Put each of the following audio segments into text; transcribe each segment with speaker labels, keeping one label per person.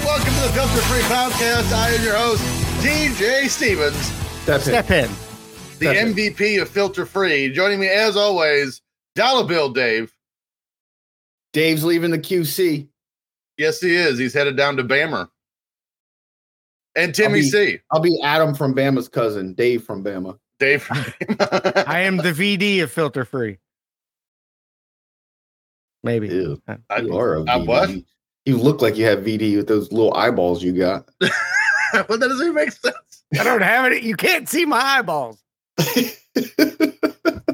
Speaker 1: Filter Free Podcast. I am your host, DJ Stevens,
Speaker 2: That's it.
Speaker 3: Step in.
Speaker 1: the
Speaker 2: That's it.
Speaker 1: MVP of Filter Free. Joining me, as always, Dollar Bill Dave.
Speaker 2: Dave's leaving the QC.
Speaker 1: Yes, he is. He's headed down to Bammer. And Timmy
Speaker 2: I'll be-
Speaker 1: C.
Speaker 2: I'll be Adam from Bama's cousin, Dave from Bama.
Speaker 1: Dave.
Speaker 3: I am the VD of filter free. Maybe.
Speaker 2: Ew,
Speaker 1: I-
Speaker 2: you are a
Speaker 1: I
Speaker 2: VD.
Speaker 1: what?
Speaker 2: You look like you have VD with those little eyeballs you got.
Speaker 1: but that doesn't even make sense.
Speaker 3: I don't have it. You can't see my eyeballs.
Speaker 2: Because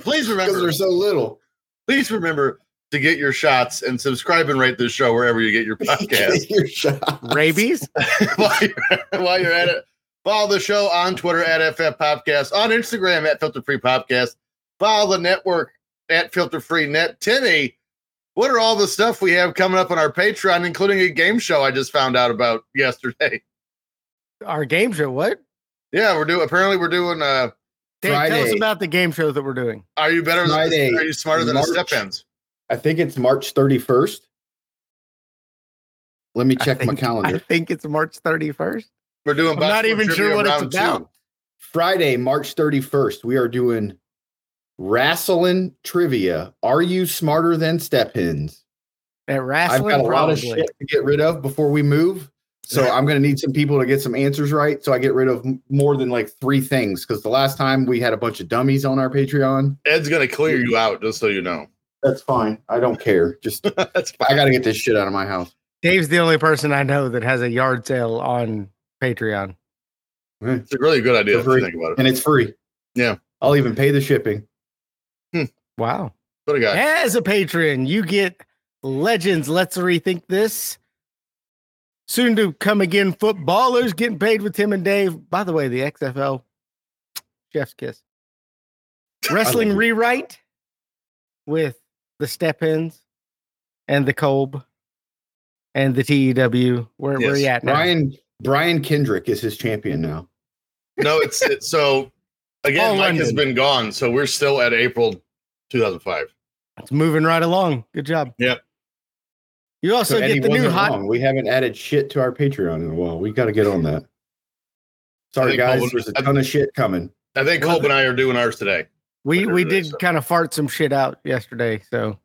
Speaker 1: Please remember.
Speaker 2: they're so little.
Speaker 1: Please remember to get your shots and subscribe and rate this show wherever you get your podcast.
Speaker 2: Your shot.
Speaker 3: Rabies?
Speaker 1: while, you're, while you're at it, follow the show on Twitter at FF Podcast, on Instagram at Filter Free Podcast, follow the network at Filter Free Net. Timmy, what are all the stuff we have coming up on our Patreon, including a game show I just found out about yesterday?
Speaker 3: Our game show. What?
Speaker 1: Yeah, we're doing. Apparently, we're doing. Uh,
Speaker 3: Dave, tell us
Speaker 2: Friday.
Speaker 3: about the game shows that we're doing.
Speaker 1: are you better? Than,
Speaker 2: Friday,
Speaker 1: are you smarter than the
Speaker 2: March.
Speaker 1: step ends?
Speaker 2: I think it's March 31st. Let me check
Speaker 3: I
Speaker 2: my
Speaker 3: think- I
Speaker 2: calendar.
Speaker 3: think it's March 31st.
Speaker 1: We're doing.
Speaker 3: I'm
Speaker 1: Box
Speaker 3: not
Speaker 1: Score
Speaker 3: even
Speaker 1: Trivia
Speaker 3: sure what it's
Speaker 1: round two.
Speaker 3: about.
Speaker 2: Friday, March 31st, we are doing wrestling trivia. Are you smarter than step hens?
Speaker 3: At
Speaker 2: I've got a
Speaker 3: wrestling,
Speaker 2: lot of
Speaker 3: probably.
Speaker 2: shit to get rid of before we move. So I'm going to need some people to get some answers right. So I get rid of m- more than like three things because the last time we had a bunch of dummies on our Patreon.
Speaker 1: Ed's gonna clear you out, just so you know.
Speaker 2: That's fine. I don't care. Just
Speaker 1: That's fine.
Speaker 2: I got to get this shit out of my house.
Speaker 3: Dave's the only person I know that has a yard sale on Patreon.
Speaker 1: It's a really good idea if you
Speaker 2: Free.
Speaker 1: think about it.
Speaker 2: And it's free.
Speaker 1: Yeah.
Speaker 2: I'll even pay the shipping.
Speaker 3: Wow.
Speaker 1: What a guy.
Speaker 3: As a patron, you get Legends Let's Rethink This. Soon to come again, footballers getting paid with Tim and Dave. By the way, the XFL, Chef's Kiss. Wrestling
Speaker 2: it.
Speaker 3: Rewrite with the Step Ins and the Kolb and the TEW. Where, where are
Speaker 1: Yes.
Speaker 3: you at now?
Speaker 2: Brian Brian Kendrick is his champion now.
Speaker 1: No, it's, it's so again,
Speaker 3: All
Speaker 1: Mike has
Speaker 3: Oh, London.
Speaker 1: been gone, so we're still at April 2005.
Speaker 3: It's moving right along. Good job.
Speaker 1: Yep.
Speaker 3: You also
Speaker 2: Eddie
Speaker 3: get the new
Speaker 2: wasn't
Speaker 3: hot.
Speaker 2: wrong. We haven't added shit to our Patreon in a while. We got to get on that.
Speaker 1: I
Speaker 2: Sorry
Speaker 1: think
Speaker 2: guys,
Speaker 1: Colin-
Speaker 2: there's a
Speaker 1: I-
Speaker 2: ton of shit coming.
Speaker 1: I think
Speaker 3: Well,
Speaker 1: Colb and I are doing ours today.
Speaker 3: We
Speaker 1: Twitter
Speaker 3: we
Speaker 1: today,
Speaker 3: did
Speaker 1: so.
Speaker 3: kind of fart some shit out yesterday, so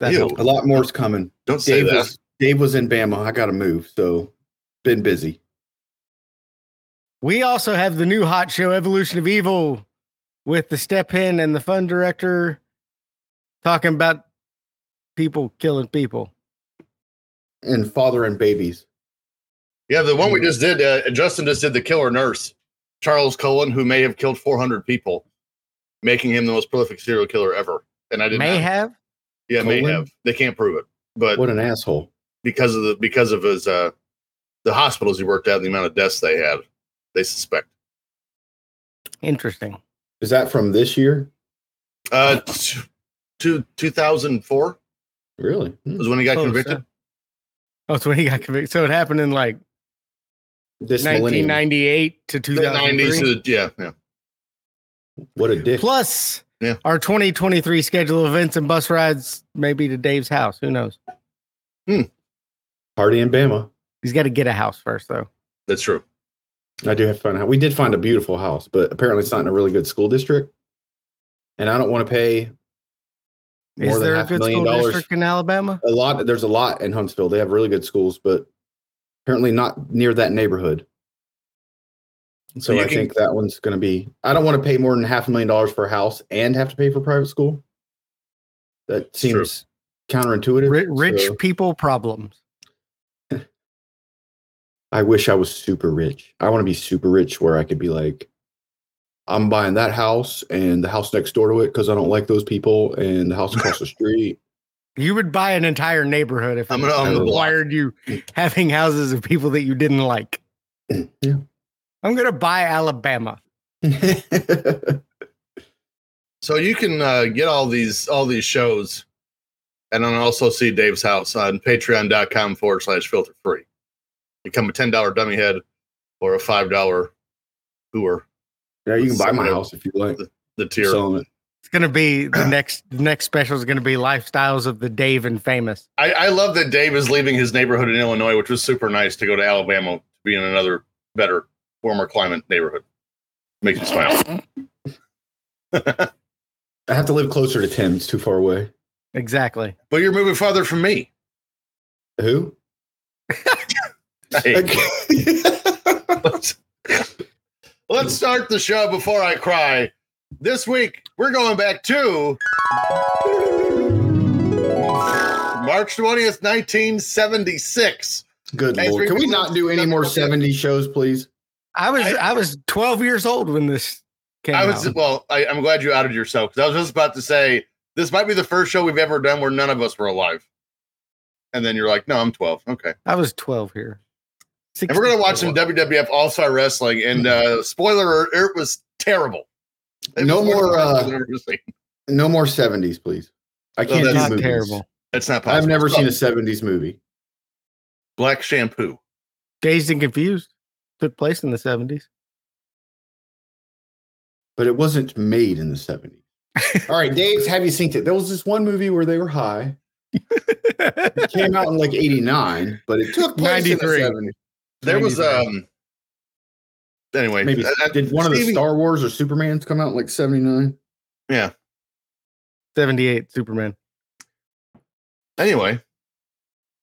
Speaker 3: that's
Speaker 1: Ew.
Speaker 3: helpful.
Speaker 2: A lot more's coming.
Speaker 1: Don't say
Speaker 2: Dave
Speaker 1: that.
Speaker 2: was, Dave was in Bama. I got to move, so been busy.
Speaker 3: We also have the new hot show, Evolution of Evil, with the step in and the fun director talking about people killing people.
Speaker 2: And father and babies.
Speaker 1: yeah, the one we just did, uh, Justin just did the killer nurse, Charles Cullen, who may have killed 400 people, making him the most prolific serial killer ever. And I didn't,
Speaker 3: May have.
Speaker 1: yeah, may
Speaker 2: Cullen?
Speaker 1: have. They can't prove it, but
Speaker 2: What an asshole!
Speaker 1: because of the because of his uh, the hospitals he worked at, and the amount of deaths they had, they suspect.
Speaker 3: Interesting.
Speaker 2: Is that from this year?
Speaker 1: Uh, t- to 2004
Speaker 2: Really? Hmm.
Speaker 1: was when he got
Speaker 3: Oh,
Speaker 1: convicted.
Speaker 3: so- Oh, it's when he got convicted. So it happened in like
Speaker 2: This millennium.
Speaker 3: 1998 to
Speaker 1: The 90s, uh,
Speaker 3: 2003.
Speaker 1: yeah, yeah.
Speaker 2: What a dick!
Speaker 3: Plus
Speaker 1: Yeah.
Speaker 3: our 2023 schedule of events and bus rides, maybe to Dave's house. Who knows?
Speaker 2: Party in Bama.
Speaker 3: He's got to get a house first, though.
Speaker 1: That's true.
Speaker 2: I do have to find out. We did find a beautiful house, but apparently it's not in a really good school district. And I don't want to pay more
Speaker 3: Is
Speaker 2: than
Speaker 3: there a
Speaker 2: half a
Speaker 3: good
Speaker 2: million
Speaker 3: school
Speaker 2: dollars.
Speaker 3: district in Alabama?
Speaker 2: A lot. There's a lot in Huntsville. They have really good schools, but apparently not near that neighborhood. So
Speaker 1: You
Speaker 2: I
Speaker 1: can-
Speaker 2: think that one's going to be. I don't want to pay more than half a million dollars for a house and have to pay for private school. That
Speaker 1: True.
Speaker 2: seems counterintuitive.
Speaker 3: Ri- rich
Speaker 2: so
Speaker 3: people problems.
Speaker 2: I wish I was super rich. I want to be super rich where I could be like, I'm buying that house and the house next door to it because I don't like those people and the house across the street.
Speaker 3: You would buy an entire neighborhood if
Speaker 1: I'm gonna own
Speaker 3: it
Speaker 2: the block.
Speaker 3: required you having houses of people that you didn't like.
Speaker 2: Yeah.
Speaker 3: I'm gonna buy Alabama.
Speaker 1: So you can uh, get all these all these shows, and then also see Dave's house on Patreon.com forward slash filter free. Become a ten dollar dummy head or a five dollar hooer.
Speaker 2: yeah, you can buy my
Speaker 1: Somewhere.
Speaker 2: house if you like.
Speaker 1: The tier.
Speaker 2: Selling it.
Speaker 3: It's gonna be the next the next special is gonna be lifestyles of the Dave and famous.
Speaker 1: I, I love that Dave is leaving his neighborhood in Illinois, which was super nice to go to Alabama be in another better, warmer climate neighborhood. Makes me smile. but
Speaker 2: I have to live closer to Tim. It's too far away.
Speaker 3: Exactly.
Speaker 1: you're moving farther from me.
Speaker 2: Who?
Speaker 1: Hey, let's, let's start the show before I cry. This week we're going back to March 20th, 1976.
Speaker 2: Good
Speaker 1: Hey,
Speaker 2: lord. Can we
Speaker 1: freaking-
Speaker 2: not do any more 70 shows, please?
Speaker 3: I was
Speaker 1: I-
Speaker 3: I, was 12 years old when this came
Speaker 1: I was
Speaker 3: out.
Speaker 1: well. I, I'm glad you outed yourself because I was just about to say this might be the first show we've ever done where none of us were alive. And then you're like, "No, I'm 12." Okay,
Speaker 3: I was 12 here.
Speaker 1: and we're gonna watch some
Speaker 3: 64.
Speaker 1: WWF All Star Wrestling. And uh, spoiler alert, it was terrible. It
Speaker 2: No
Speaker 1: was one of
Speaker 2: more,
Speaker 1: the worst
Speaker 2: uh,
Speaker 1: I've ever seen.
Speaker 2: No more 70s, please. I can't
Speaker 1: that's
Speaker 2: do
Speaker 3: Not
Speaker 2: movies.
Speaker 3: terrible.
Speaker 1: It's not possible.
Speaker 2: I've never
Speaker 1: So,
Speaker 2: seen a 70s movie.
Speaker 1: Black Shampoo.
Speaker 3: Dazed and Confused took place in the 70s.
Speaker 2: but it wasn't made in the 70s. All right, Dave's Have You Seen It? There was this one movie where they were high. It came out in like 89, but it took place in the
Speaker 3: 93.
Speaker 2: 70s.
Speaker 1: There was
Speaker 3: 93.
Speaker 1: um. Anyway,
Speaker 2: Maybe
Speaker 1: I- I-
Speaker 2: did one of the
Speaker 1: Stevie-
Speaker 2: Star Wars or Superman's come out in like 79?
Speaker 3: 78 Superman.
Speaker 1: Anyway,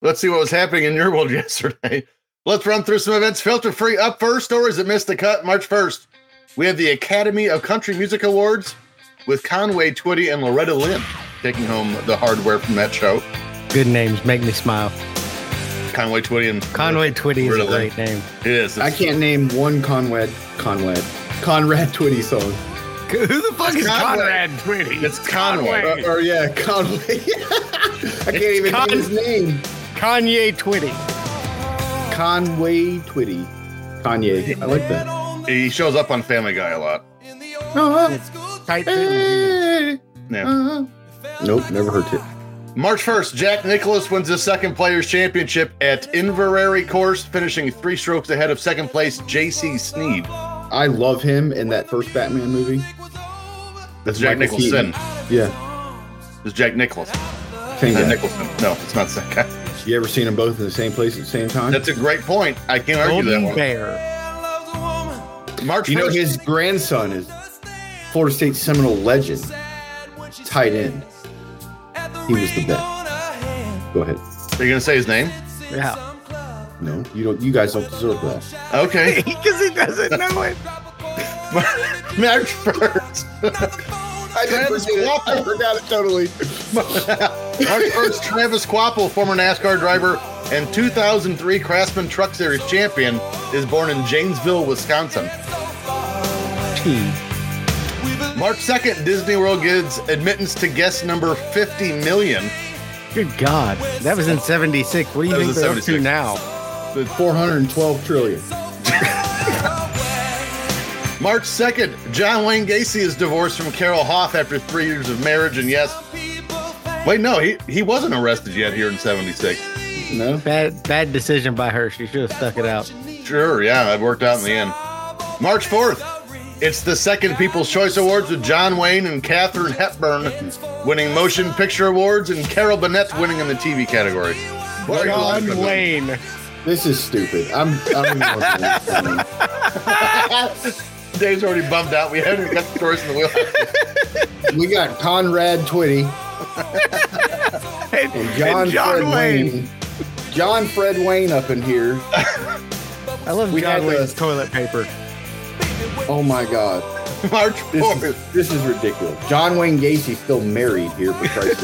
Speaker 1: let's see what was happening in your world yesterday. Let's run through some events filter free. Up first, stories that missed the cut March 1st. We have the Academy of Country Music Awards with Conway Twitty and Loretta Lynn taking home the hardware from that show.
Speaker 3: Good names make me smile.
Speaker 1: Conway Twitty and
Speaker 3: Conway Twitty is a
Speaker 1: Really?
Speaker 3: great name.
Speaker 1: It is.
Speaker 2: I can't name one Conrad Conrad Conrad Twitty song.
Speaker 3: Who the fuck
Speaker 1: It's
Speaker 3: is
Speaker 1: Conrad.
Speaker 3: Conrad Twitty?
Speaker 1: It's Conway. Uh,
Speaker 2: Or, Uh, or yeah, Conway. I can't even
Speaker 3: Con-
Speaker 2: name his name.
Speaker 3: Kanye Twitty.
Speaker 2: Conway Twitty. Kanye. I like that.
Speaker 1: uh, He shows up on Family Guy a lot.
Speaker 3: Tight fitting.
Speaker 1: Eh. Yeah.
Speaker 2: Uh-huh. Nope, never heard it.
Speaker 1: March 1st, Jack Nicholas wins his second players championship at Inverary course, finishing three strokes ahead of second place JC Sneed.
Speaker 2: I love him in that first Batman movie.
Speaker 1: That's Jack
Speaker 2: Michael
Speaker 1: Nicholson.
Speaker 2: Yeah,
Speaker 1: It's Jack Nicholas.
Speaker 2: same
Speaker 1: Not
Speaker 2: guy.
Speaker 1: Nicholson. No, it's not that guy.
Speaker 2: You ever seen them both in the same place at the same time?
Speaker 1: That's a great point. I can't argue
Speaker 3: Golden
Speaker 1: that
Speaker 3: Bear.
Speaker 1: one. March
Speaker 2: you know
Speaker 1: 1st,
Speaker 2: his grandson is Florida State Seminole legend, tight end. He was the best. Go ahead.
Speaker 1: are you going to say his name?
Speaker 3: Yeah.
Speaker 2: No, you don't. You guys don't deserve that.
Speaker 1: Okay.
Speaker 3: Because he doesn't know it.
Speaker 1: March 1st.
Speaker 2: I
Speaker 1: Travis Quapple.
Speaker 2: forgot it totally.
Speaker 1: March 1st, Travis Quapple, former NASCAR driver and 2003 Craftsman Truck Series champion, is born in Janesville, Wisconsin.
Speaker 3: Jeez.
Speaker 1: March 2nd, Disney World gives admittance to guest number 50 million.
Speaker 3: Good God. That was in 76. What do you
Speaker 1: That was
Speaker 3: think
Speaker 1: in
Speaker 3: they're up to
Speaker 1: 76.
Speaker 3: now?
Speaker 2: Four hundred twelve trillion.
Speaker 1: March 2nd, John Wayne Gacy is divorced from Carol Hoff after three years of marriage. And yes, wait, no, he, he wasn't arrested yet here in 76.
Speaker 2: No.
Speaker 3: Bad, bad decision by her. She should have stuck it out.
Speaker 1: Sure, yeah, it worked out in the end. March 4th, it's the second People's Choice Awards with John Wayne and Katharine Hepburn winning Motion Picture Awards and Carol Burnett winning in the TV category. What are your thoughts on
Speaker 3: John
Speaker 1: that?
Speaker 3: Wayne.
Speaker 2: This is stupid. I'm. I don't even want to say this.
Speaker 1: Dave's already bummed out. We haven't even got the stories in the wheel.
Speaker 2: We got Conrad Twitty
Speaker 3: And,
Speaker 2: and John,
Speaker 3: and John
Speaker 2: Fred Wayne.
Speaker 3: Wayne.
Speaker 2: John Fred Wayne up in here.
Speaker 3: I love
Speaker 2: We had
Speaker 3: John
Speaker 2: the-
Speaker 3: Wayne's toilet paper.
Speaker 2: Oh my God.
Speaker 1: March
Speaker 2: This
Speaker 1: 4th.
Speaker 2: is, this is ridiculous. John Wayne Gacy's still married here for Christ's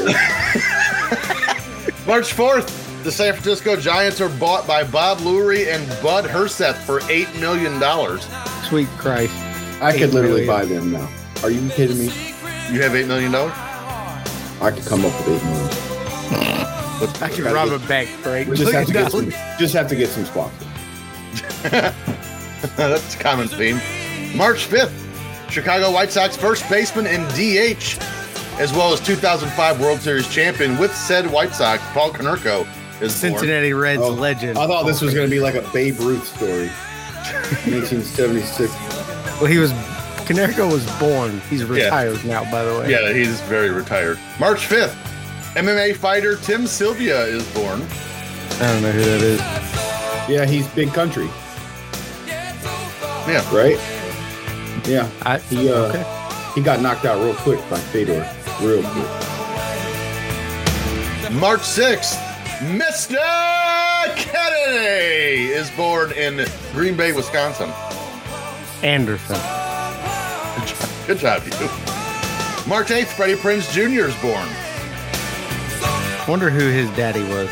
Speaker 2: sake.
Speaker 1: March 4th, the San Francisco Giants are bought by Bob Lurie and Bud Herseth for $8 million. You
Speaker 3: Sweet Christ.
Speaker 2: I could
Speaker 3: Eight
Speaker 2: literally
Speaker 3: million.
Speaker 2: buy them now. Are you kidding me?
Speaker 1: have $8 million?
Speaker 2: I could come up with eight million.
Speaker 3: I could
Speaker 2: Gotta
Speaker 3: rob a
Speaker 2: get-
Speaker 3: bank, Frank.
Speaker 2: We just
Speaker 3: Look
Speaker 2: have to get
Speaker 3: at that.
Speaker 2: some. Just have to get some sponsors.
Speaker 1: That's a common theme. March 5th, Chicago White Sox first baseman and DH, as well as 2005 World Series champion with said White Sox, Paul Konerko, is born.
Speaker 3: Cincinnati Reds
Speaker 2: Oh,
Speaker 3: legend.
Speaker 2: I thought this was going to be like a Babe Ruth story. 1976.
Speaker 3: Well, he was. Canerco was born. He's retired now, by the way.
Speaker 1: Yeah, he's very retired. March 5th, MMA fighter Tim Sylvia is born.
Speaker 3: I don't know who that is.
Speaker 2: Yeah, he's big country.
Speaker 1: Yeah.
Speaker 2: Right? Yeah.
Speaker 3: I,
Speaker 2: He, uh,
Speaker 3: okay.
Speaker 2: He got knocked out real quick by Fedor. Real quick.
Speaker 1: March 6th, Mr. Kennedy is born in Green Bay, Wisconsin.
Speaker 3: Anderson.
Speaker 1: Good job, you. March 8th, Freddie Prinz Jr. is born.
Speaker 3: Wonder who his daddy was.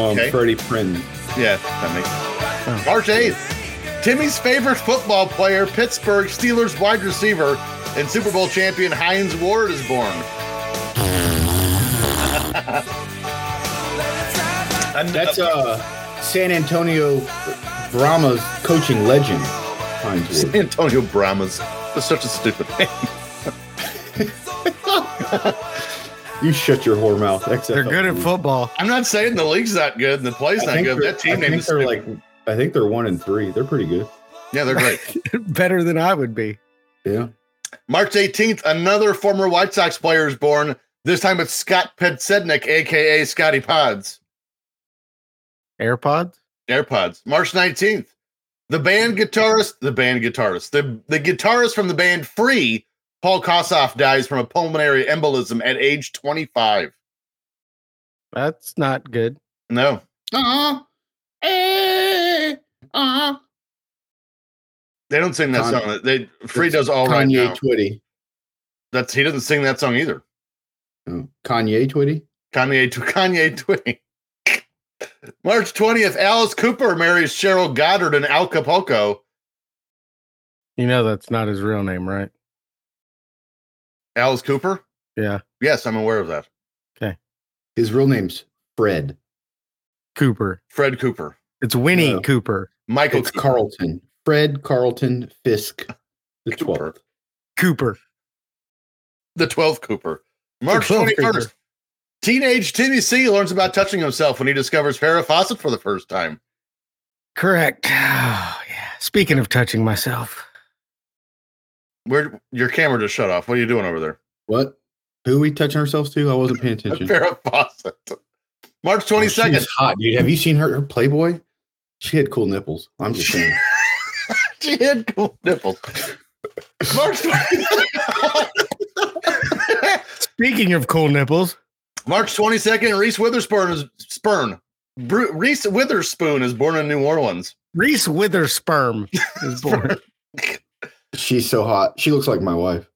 Speaker 2: Um,
Speaker 1: Okay.
Speaker 2: Freddie Prinz.
Speaker 1: Yeah, that makes March 8th, Timmy's favorite football player, Pittsburgh Steelers wide receiver and Super Bowl champion Heinz Ward is born.
Speaker 2: That's uh, San Antonio Brahma's coaching legend. Hines
Speaker 1: San
Speaker 2: Ward.
Speaker 1: Antonio Brahmas. That's such a stupid name.
Speaker 2: You shut your whore mouth. XFL.
Speaker 3: They're good at football.
Speaker 1: I'm not saying the league's not good and the play's
Speaker 2: I
Speaker 1: not
Speaker 2: think
Speaker 1: good.
Speaker 2: they're-
Speaker 1: That team
Speaker 2: I
Speaker 1: name
Speaker 2: think
Speaker 1: is
Speaker 2: they're
Speaker 1: stupid.
Speaker 2: like. I think they're one and three. They're pretty good.
Speaker 1: yeah, they're great.
Speaker 3: Better than I would be.
Speaker 2: Yeah.
Speaker 1: March 18th, another former White Sox player is born. This time it's Scott Pedsednik, aka Scotty Pods.
Speaker 3: AirPods?
Speaker 1: AirPods. March 19th, the band guitarist, the band guitarist, the, the guitarist from the band Free, Paul Kossoff, dies from a pulmonary embolism at age 25.
Speaker 3: That's not good.
Speaker 1: No.
Speaker 2: Uh-huh. Hey, uh-huh.
Speaker 1: They don't sing that
Speaker 2: Kanye.
Speaker 1: song. They Free
Speaker 2: It's
Speaker 1: does all right
Speaker 2: Kanye
Speaker 1: now.
Speaker 2: Twitty.
Speaker 1: That's he doesn't sing that song either.
Speaker 2: Oh, Kanye Twitty.
Speaker 1: Kanye to Kanye Twitty. March 20th, Alice Cooper marries Cheryl Goddard in Acapulco.
Speaker 3: You know that's not his real name, right?
Speaker 1: Alice Cooper?
Speaker 3: Yeah.
Speaker 1: Yes, I'm aware of that.
Speaker 2: His real name's Fred.
Speaker 3: Cooper.
Speaker 1: Fred Cooper.
Speaker 3: It's Winnie
Speaker 2: No.
Speaker 3: Cooper.
Speaker 1: Michael
Speaker 2: It's Carlton. Fred Carlton Fisk. The
Speaker 1: Cooper.
Speaker 2: 12th.
Speaker 3: Cooper.
Speaker 1: The 12th Cooper. March
Speaker 3: 12th
Speaker 1: 21st.
Speaker 3: Cooper.
Speaker 1: Teenage Timmy C learns about touching himself when he discovers Farrah Fawcett for the first time.
Speaker 3: Correct. Oh, yeah. Speaking of touching myself,
Speaker 1: Where your camera just shut off. What are you doing over there?
Speaker 2: What? Who we touching ourselves to? I wasn't paying attention.
Speaker 1: Farrah Fawcett. March
Speaker 2: Oh,
Speaker 1: 22nd.
Speaker 2: She was hot, dude. Have you seen her, her Playboy? She had cool nipples. I'm just saying.
Speaker 1: she had cool nipples. March 22nd.
Speaker 3: speaking of cool nipples,
Speaker 1: March 22nd, Reese Witherspoon is spurn. Bru- Reese Witherspoon is born in New Orleans.
Speaker 3: Reese Withersperm is born.
Speaker 2: She's so hot. She looks like my wife.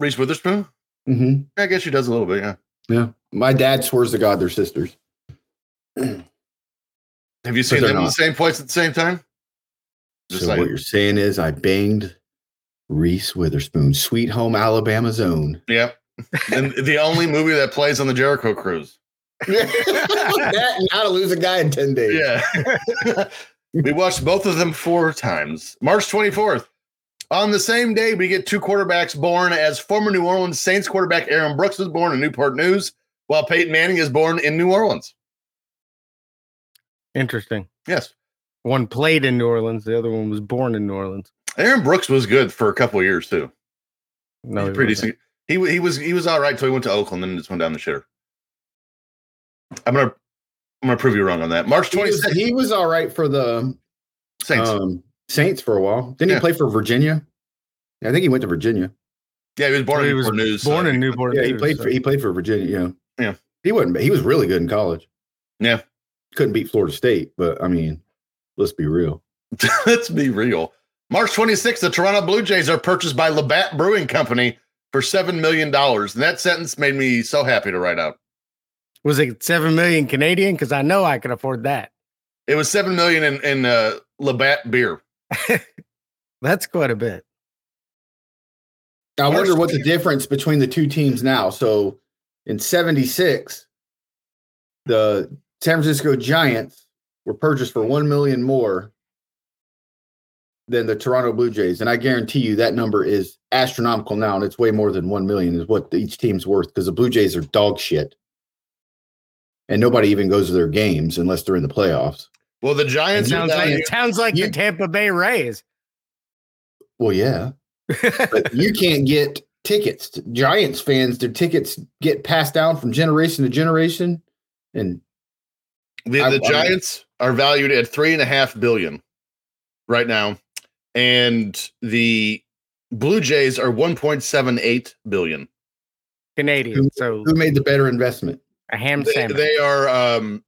Speaker 1: Reese Witherspoon?
Speaker 2: hmm
Speaker 1: I guess she does a little bit, yeah.
Speaker 2: Yeah. My dad swears to God they're sisters.
Speaker 1: Have you seen
Speaker 2: they're
Speaker 1: them in the
Speaker 2: not.
Speaker 1: same place at the same time? Just
Speaker 2: so
Speaker 1: like-
Speaker 2: what you're saying is I banged Reese Witherspoon, Sweet Home Alabama Zone.
Speaker 1: Yep. and the only movie that plays on the Jericho Cruise.
Speaker 2: that and how to lose a guy in 10 days.
Speaker 1: Yeah. we watched both of them four times. March 24th. On the same day, we get two quarterbacks born as former New Orleans Saints quarterback Aaron Brooks was born in Newport News, while Peyton Manning is born in New Orleans.
Speaker 3: Interesting.
Speaker 1: Yes.
Speaker 3: One played in New Orleans, the other one was born in New Orleans.
Speaker 1: Aaron Brooks was good for a couple of years too.
Speaker 3: No,
Speaker 1: He's
Speaker 3: he
Speaker 1: pretty
Speaker 3: wasn't.
Speaker 1: decent. He wa- he was he was all right until he went to Oakland and just went down the shitter. I'm gonna I'm gonna prove you wrong on that. March
Speaker 2: He was,
Speaker 1: 26th,
Speaker 2: he was all right for the
Speaker 1: Saints.
Speaker 3: Oh.
Speaker 2: Um, Saints for a while. Didn't
Speaker 1: Yeah.
Speaker 2: he play for Virginia? I think he went to Virginia.
Speaker 1: yeah, he was born
Speaker 3: He
Speaker 1: in
Speaker 3: was
Speaker 1: Newport News.
Speaker 3: born
Speaker 1: so-
Speaker 3: in Newport.
Speaker 2: Yeah, he
Speaker 3: News,
Speaker 2: played
Speaker 3: so-
Speaker 2: for he played for Virginia. Yeah,
Speaker 1: Yeah.
Speaker 2: He wasn't. He was really good in college.
Speaker 1: Yeah.
Speaker 2: couldn't beat Florida State, but I mean, let's be real.
Speaker 1: Let's be real. March 26th, the Toronto Blue Jays are purchased by Labatt Brewing Company for seven million dollars, and that sentence made me so happy to write out.
Speaker 3: Was it seven million Canadian? Because I know I can afford that.
Speaker 1: It was seven million in in uh, Labatt beer.
Speaker 3: That's quite a bit.
Speaker 2: I
Speaker 1: Florida
Speaker 2: wonder what the
Speaker 1: State-
Speaker 2: difference between the two teams now. So in '76, the San Francisco Giants were purchased for one million more than the Toronto Blue Jays, and I guarantee you that number is astronomical now, and it's way more than one million is what each team's worth because the Blue Jays are dog shit, and nobody even goes to their games unless they're in the playoffs.
Speaker 1: Well, the
Speaker 3: It
Speaker 1: Giants
Speaker 3: sounds like it sounds like
Speaker 2: you-
Speaker 3: the Tampa Bay Rays.
Speaker 2: Well, yeah, but you can't get tickets. Giants fans, their tickets get passed down from generation to generation, and
Speaker 1: The,
Speaker 2: I-
Speaker 1: the
Speaker 2: I-
Speaker 1: Giants are valued at three and a half billion right now, and the Blue Jays are one point seven eight billion.
Speaker 3: Canadian. So
Speaker 2: Who made the better investment?
Speaker 3: a ham
Speaker 1: They,
Speaker 3: sandwich.
Speaker 1: they are, um,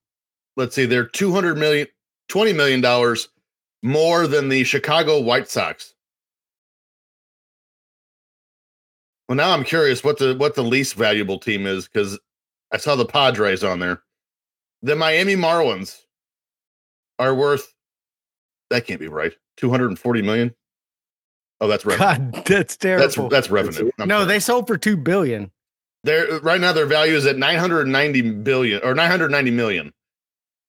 Speaker 1: let's see, they're two hundred million, twenty million dollars more than the Chicago White Sox. Well, now I'm curious what the what the least valuable team is because I saw the Padres on there. The Miami Marlins are worth that can't be right. Two hundred and forty million. Oh, that's revenue.
Speaker 3: God, that's
Speaker 1: That's
Speaker 3: terrible.
Speaker 1: that's revenue. I'm
Speaker 3: no,
Speaker 1: sorry.
Speaker 3: they sold for two billion.
Speaker 1: They're right now their value is at 990 billion or 990 million.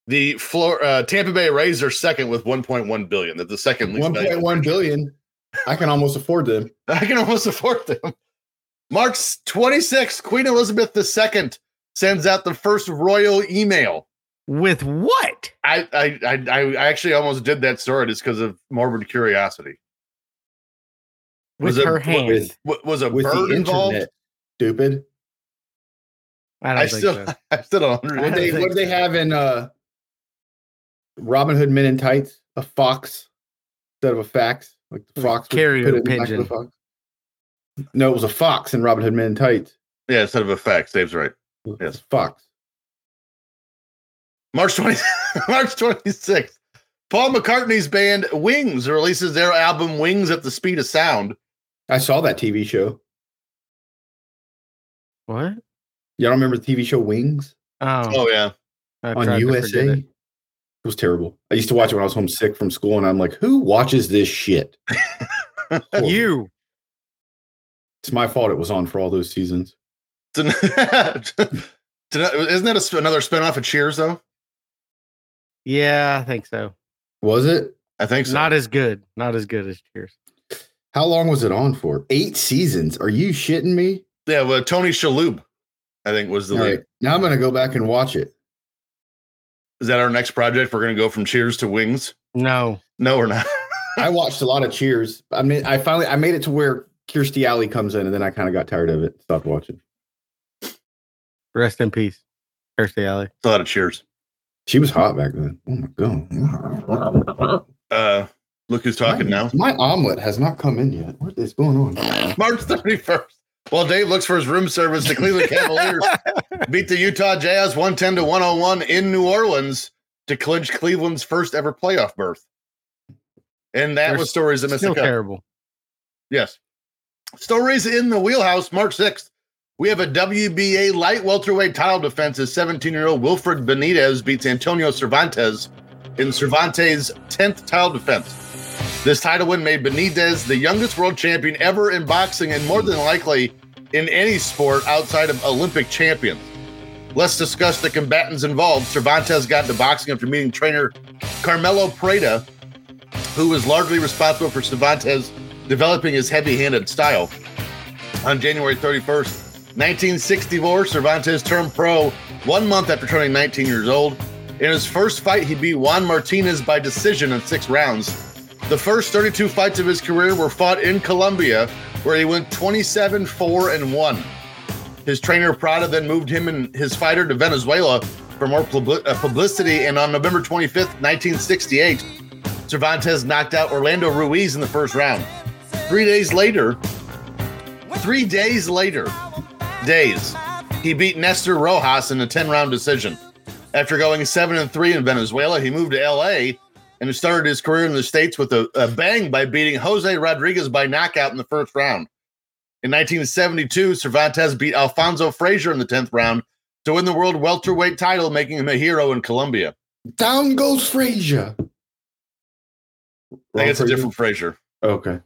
Speaker 1: The floor uh, Tampa Bay Rays are second with 1.1 billion. That's the second least.
Speaker 2: One
Speaker 1: value.
Speaker 2: point one billion. I can almost afford them.
Speaker 1: I can almost afford them. March 26th, Queen Elizabeth II sends out the first royal email.
Speaker 3: With what?
Speaker 1: I I I, I actually almost did that story just because of morbid curiosity.
Speaker 3: With
Speaker 1: Was it
Speaker 3: her
Speaker 1: with-
Speaker 3: hand.
Speaker 2: With
Speaker 1: Wa- was a
Speaker 2: with the
Speaker 1: bird
Speaker 2: internet,
Speaker 1: involved?
Speaker 2: stupid.
Speaker 3: I don't
Speaker 1: I
Speaker 3: think
Speaker 1: still
Speaker 3: so.
Speaker 1: I still don't understand.
Speaker 2: What
Speaker 3: don't
Speaker 2: they
Speaker 3: think
Speaker 2: what they
Speaker 3: so.
Speaker 2: have in uh Robin Hood Men in Tights, a fox instead of a fax. Like the
Speaker 3: A
Speaker 2: fox would
Speaker 3: carrier
Speaker 2: put it in the back of the
Speaker 3: pigeon.
Speaker 2: fox. No, it was a fox in Robin Hood Men in Tights.
Speaker 1: Yeah, instead of a fact, Dave's right.
Speaker 2: It
Speaker 1: Yes.
Speaker 2: was a fox.
Speaker 1: March 20, March 26th, Paul McCartney's band Wings releases their album Wings at the Speed of Sound.
Speaker 2: I saw that TV show.
Speaker 3: What?
Speaker 2: Y'all remember the TV show Wings
Speaker 3: Oh,
Speaker 1: Oh, yeah.
Speaker 3: I tried
Speaker 2: on
Speaker 3: to
Speaker 2: USA?
Speaker 3: forget
Speaker 2: It.
Speaker 3: it.
Speaker 2: was terrible. I used to watch it when I was home sick from school, and I'm like, who watches this shit? Horrible.
Speaker 3: You.
Speaker 2: It's my fault it was on for all those seasons.
Speaker 1: It's an- it's an- Isn't that a, sp- another spinoff of Cheers, though?
Speaker 3: Yeah, I think so.
Speaker 2: Was it?
Speaker 1: I think so.
Speaker 3: Not as good. Not as good as Cheers.
Speaker 2: How long was it on for? Eight seasons. Are you shitting me?
Speaker 1: yeah, well, Tony Shalhoub, I think, was the
Speaker 2: All
Speaker 1: lead.
Speaker 2: right, now I'm gonna go back and watch it.
Speaker 1: Is that our next project? We're going to go from Cheers to Wings?
Speaker 3: No.
Speaker 1: No, we're not.
Speaker 2: I watched a lot of Cheers. I mean, I finally I made it to where Kirstie Alley comes in, and then I kind of got tired of it. Stopped watching.
Speaker 3: Rest in peace. Kirstie Alley.
Speaker 1: It's a lot of Cheers.
Speaker 2: She was hot back then. Oh my god!
Speaker 1: Uh, look who's talking now.
Speaker 2: My omelet has not come in yet. What is going on?
Speaker 1: March 31st. Well, Dave looks for his room service. The Cleveland Cavaliers beat the Utah Jazz 110 to 101 in New Orleans to clinch Cleveland's first ever playoff berth. And that
Speaker 3: They're
Speaker 1: was stories in
Speaker 3: Still
Speaker 1: Mississippi.
Speaker 3: terrible.
Speaker 1: Yes. Stories in the wheelhouse, March 6th. We have a WBA light welterweight title defense as 17 year old Wilfred Benitez beats Antonio Cervantes in Cervantes' 10th title defense. This title win made Benitez the youngest world champion ever in boxing and more than likely in any sport outside of Olympic champions. Let's discuss the combatants involved. Cervantes got into boxing after meeting trainer Carmelo Prada, who was largely responsible for Cervantes developing his heavy handed style. On January 31st, 1964, Cervantes turned pro one month after turning 19 years old. In his first fight, he beat Juan Martinez by decision in six rounds. The first 32 fights of his career were fought in Colombia, where he went 27 4 and 1. His trainer Prada then moved him and his fighter to Venezuela for more publi- uh, publicity. And on November 25th, 1968, Cervantes knocked out Orlando Ruiz in the first round. Three days later, three days later, days, he beat Nestor Rojas in a 10 round decision. After going 7 and 3 in Venezuela, he moved to LA and started his career in the States with a, a bang by beating Jose Rodriguez by knockout in the first round. In 1972, Cervantes beat Alfonso Frazier in the 10th round to win the world welterweight title, making him a hero in Colombia.
Speaker 2: Down goes Frasier.
Speaker 1: I think it's a
Speaker 2: Wrong Frasier?
Speaker 1: different Frazier.
Speaker 2: Okay.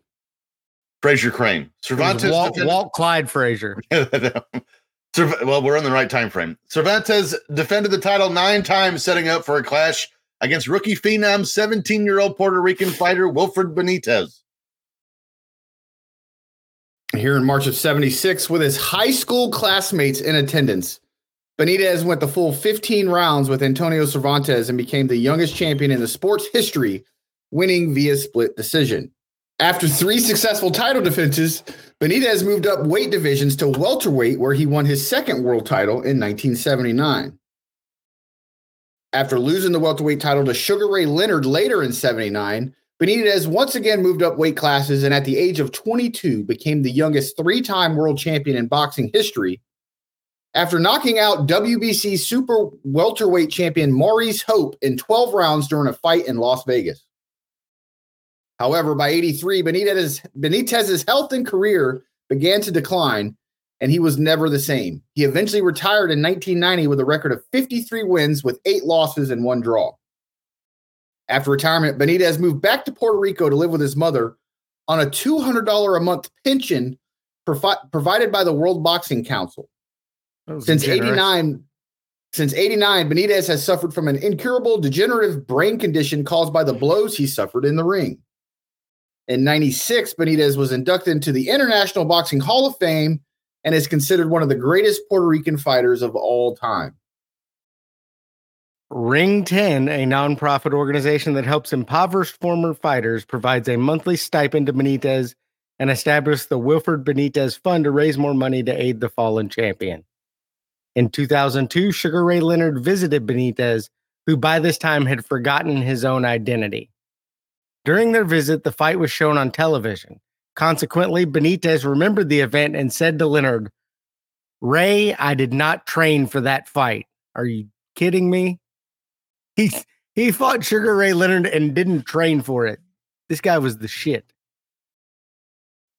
Speaker 1: Frazier Crane. Cervantes.
Speaker 3: Walt,
Speaker 1: defended-
Speaker 3: Walt Clyde Frazier.
Speaker 1: Cerv- well, we're in the right time frame. Cervantes defended the title nine times, setting up for a clash against rookie phenom, 17 year old Puerto Rican fighter Wilfred Benitez.
Speaker 2: Here in March of 76 with his high school classmates in attendance. Benitez went the full 15 rounds with Antonio Cervantes and became the youngest champion in the sport's history, winning via split decision. After three successful title defenses, Benitez moved up weight divisions to welterweight, where he won his second world title in 1979. after losing the welterweight title to Sugar Ray Leonard later in 79, Benitez once again moved up weight classes and at the age of 22 became the youngest three time world champion in boxing history. After knocking out WBC super welterweight champion Maurice Hope in 12 rounds during a fight in Las Vegas. However, by 83, Benitez, Benitez's health and career began to decline, and he was never the same. He eventually retired in 1990 with a record of 53 wins with eight losses and one draw. After retirement, Benitez moved back to Puerto Rico to live with his mother on a $200 a month pension provi- provided by the World Boxing Council.
Speaker 3: That was
Speaker 2: Since
Speaker 3: generous.
Speaker 2: 89, since 89, Benitez has suffered from an incurable degenerative brain condition caused by the blows he suffered in the ring. In 96, Benitez was inducted into the International Boxing Hall of Fame and is considered one of the greatest Puerto Rican fighters of all time.
Speaker 3: Ring 10, a nonprofit organization that helps impoverished former fighters, provides a monthly stipend to Benitez and established the Wilfred Benitez Fund to raise more money to aid the fallen champion. In 2002, Sugar Ray Leonard visited Benitez, who by this time had forgotten his own identity. During their visit, the fight was shown on television. Consequently, Benitez remembered the event and said to Leonard, Ray, I did not train for that fight. Are you kidding me? He he fought Sugar Ray Leonard and didn't train for it. This guy was the shit.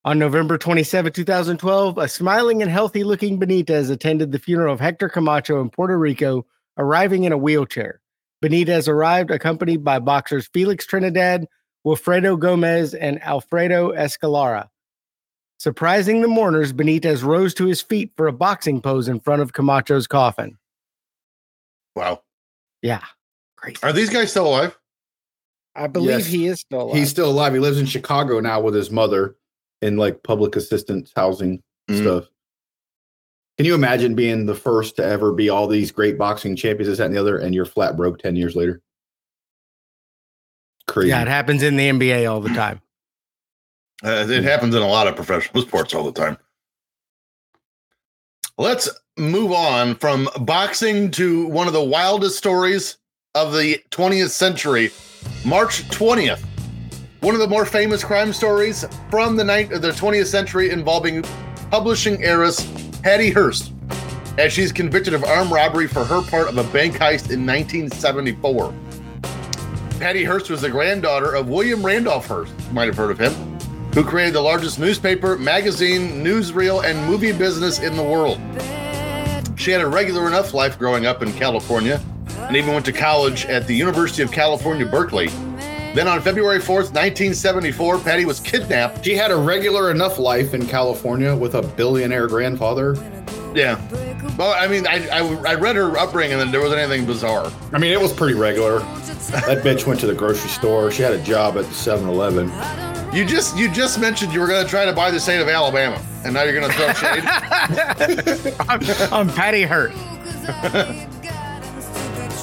Speaker 3: On November 27, 2012, a smiling and healthy looking Benitez attended the funeral of Hector Camacho in Puerto Rico, arriving in a wheelchair. Benitez arrived accompanied by boxers Felix Trinidad, Wilfredo Gomez, and Alfredo Escalara. Surprising the mourners, Benitez rose to his feet for a boxing pose in front of Camacho's coffin.
Speaker 1: Wow.
Speaker 3: Yeah. Crazy.
Speaker 1: Are these guys still alive?
Speaker 3: I believe
Speaker 2: Yes.
Speaker 3: he is still alive.
Speaker 2: He's still alive. He lives in Chicago now with his mother in like public assistance housing
Speaker 1: Mm.
Speaker 2: stuff. Can you imagine being the first to ever be all these great boxing champions, this, that, and the other, and you're flat broke 10 years later? Crazy.
Speaker 3: yeah, it happens in the NBA all the time.
Speaker 1: Uh, it happens in a lot of professional sports all the time. Let's move on from boxing to one of the wildest stories of the 20th century, March 20th. One of the more famous crime stories from the night of the 20th century involving publishing heiress Hattie Hearst, as she's convicted of armed robbery for her part of a bank heist in 1974. Hattie Hearst was the granddaughter of William Randolph Hearst. You might have heard of him who created the largest newspaper, magazine, newsreel, and movie business in the world. She had a regular enough life growing up in California and even went to college at the University of California, Berkeley. Then on February 4th, 1974, Patty was kidnapped.
Speaker 2: She had a regular enough life in California with a billionaire grandfather.
Speaker 1: Yeah. Well, I mean, I, I, I read her upbringing and there wasn't anything bizarre.
Speaker 2: I mean, it was pretty regular. That bitch went to the grocery store. She had a job at the 7 Eleven.
Speaker 1: You just you just mentioned you were going to try to buy the state of Alabama, and now you're going to throw shade.
Speaker 3: I'm, I'm Patty Hurt.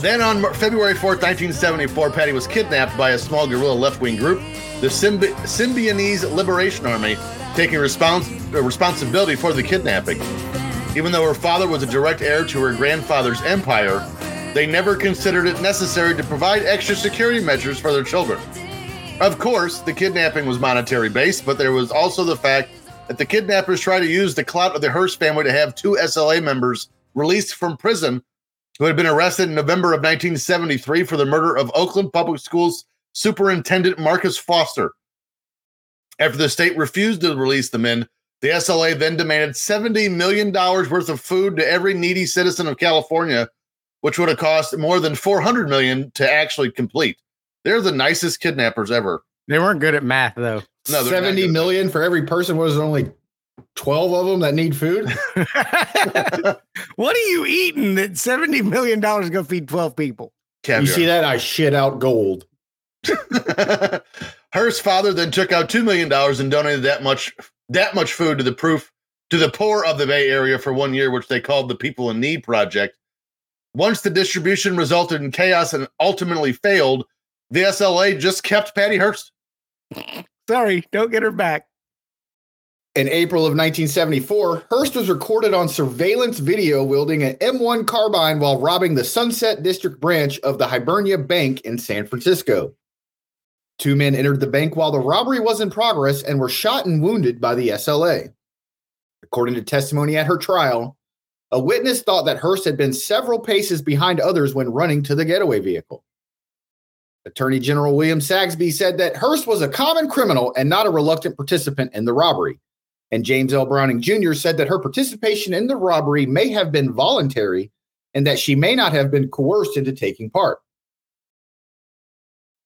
Speaker 1: Then on Mar- February 4th, 1974, Patty was kidnapped by a small guerrilla left wing group, the Symbi- Symbionese Liberation Army, taking respons- uh, responsibility for the kidnapping. Even though her father was a direct heir to her grandfather's empire, they never considered it necessary to provide extra security measures for their children. Of course, the kidnapping was monetary based, but there was also the fact that the kidnappers tried to use the clout of the Hearst family to have two SLA members released from prison who had been arrested in November of 1973 for the murder of Oakland Public Schools Superintendent Marcus Foster. After the state refused to release the men, the SLA then demanded $70 million worth of food to every needy citizen of California, which would have cost more than $400 million to actually complete. They're the nicest kidnappers ever.
Speaker 3: They weren't good at math though.
Speaker 1: No, they're not
Speaker 2: 70
Speaker 1: good.
Speaker 2: million for every person. Was there only 12 of them that need food?
Speaker 3: what are you eating that $70 million is going to feed 12 people?
Speaker 2: you see
Speaker 1: Caviar.
Speaker 2: that? I shit out gold.
Speaker 1: Hearst's father then took out $2 million and donated that much that much food to the proof to the poor of the Bay Area for one year, which they called the People in Need Project. Once the distribution resulted in chaos and ultimately failed, the SLA just kept Patty Hearst.
Speaker 3: Sorry, don't get her back.
Speaker 2: in April of 1974, Hearst was recorded on surveillance video wielding an M1 carbine while robbing the Sunset District branch of the Hibernia Bank in San Francisco. Two men entered the bank while the robbery was in progress and were shot and wounded by the SLA. According to testimony at her trial, a witness thought that Hearst had been several paces behind others when running to the getaway vehicle. Attorney General William Sagsby said that Hearst was a common criminal and not a reluctant participant in the robbery. And James L. Browning Jr. said that her participation in the robbery may have been voluntary and that she may not have been coerced into taking part.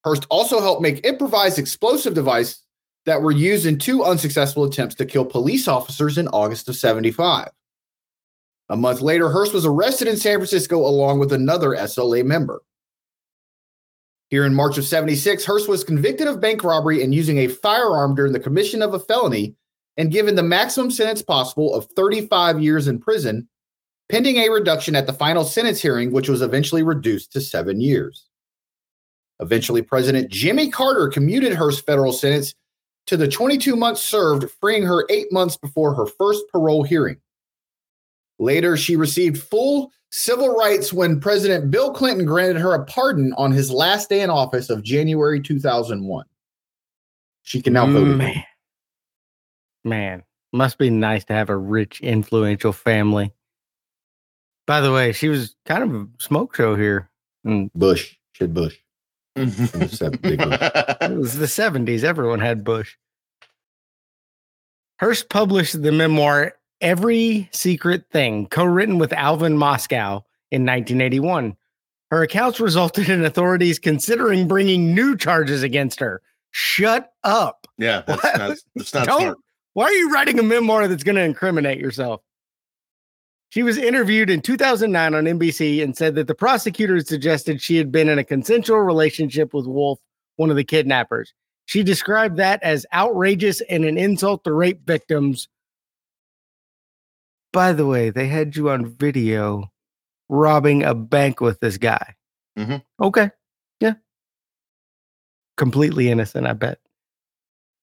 Speaker 2: Hearst also helped make improvised explosive devices that were used in two unsuccessful attempts to kill police officers in August of 75. A month later, Hearst was arrested in San Francisco along with another SLA member. Here in March of 76, Hearst was convicted of bank robbery and using a firearm during the commission of a felony and given the maximum sentence possible of 35 years in prison, pending a reduction at the final sentence hearing, which was eventually reduced to seven years. Eventually, President Jimmy Carter commuted Hearst's federal sentence to the 22 months served, freeing her eight months before her first parole hearing. Later, she received full civil rights when President Bill Clinton granted her a pardon on his last day in office of January 2001. She can now vote. again.
Speaker 3: Man. Man, must be nice to have a rich, influential family. By the way, she was kind of a smoke show here. And
Speaker 2: Bush should Bush. Except big Bush.
Speaker 3: it was the 70s. Everyone had Bush. Hearst published the memoir Every Secret Thing, co written with Alvin Moscow in 1981. Her accounts resulted in authorities considering bringing new charges against her. Shut up.
Speaker 1: yeah, that's
Speaker 3: What?
Speaker 1: not, that's not
Speaker 3: Don't-
Speaker 1: smart.
Speaker 3: Why are you writing a memoir that's going to incriminate yourself? She was interviewed in 2009 on NBC and said that the prosecutors suggested she had been in a consensual relationship with Wolf, one of the kidnappers. She described that as outrageous and an insult to rape victims. By the way, they had you on video robbing a bank with this guy.
Speaker 1: Mhm.
Speaker 3: Okay. Yeah. Completely innocent, I bet.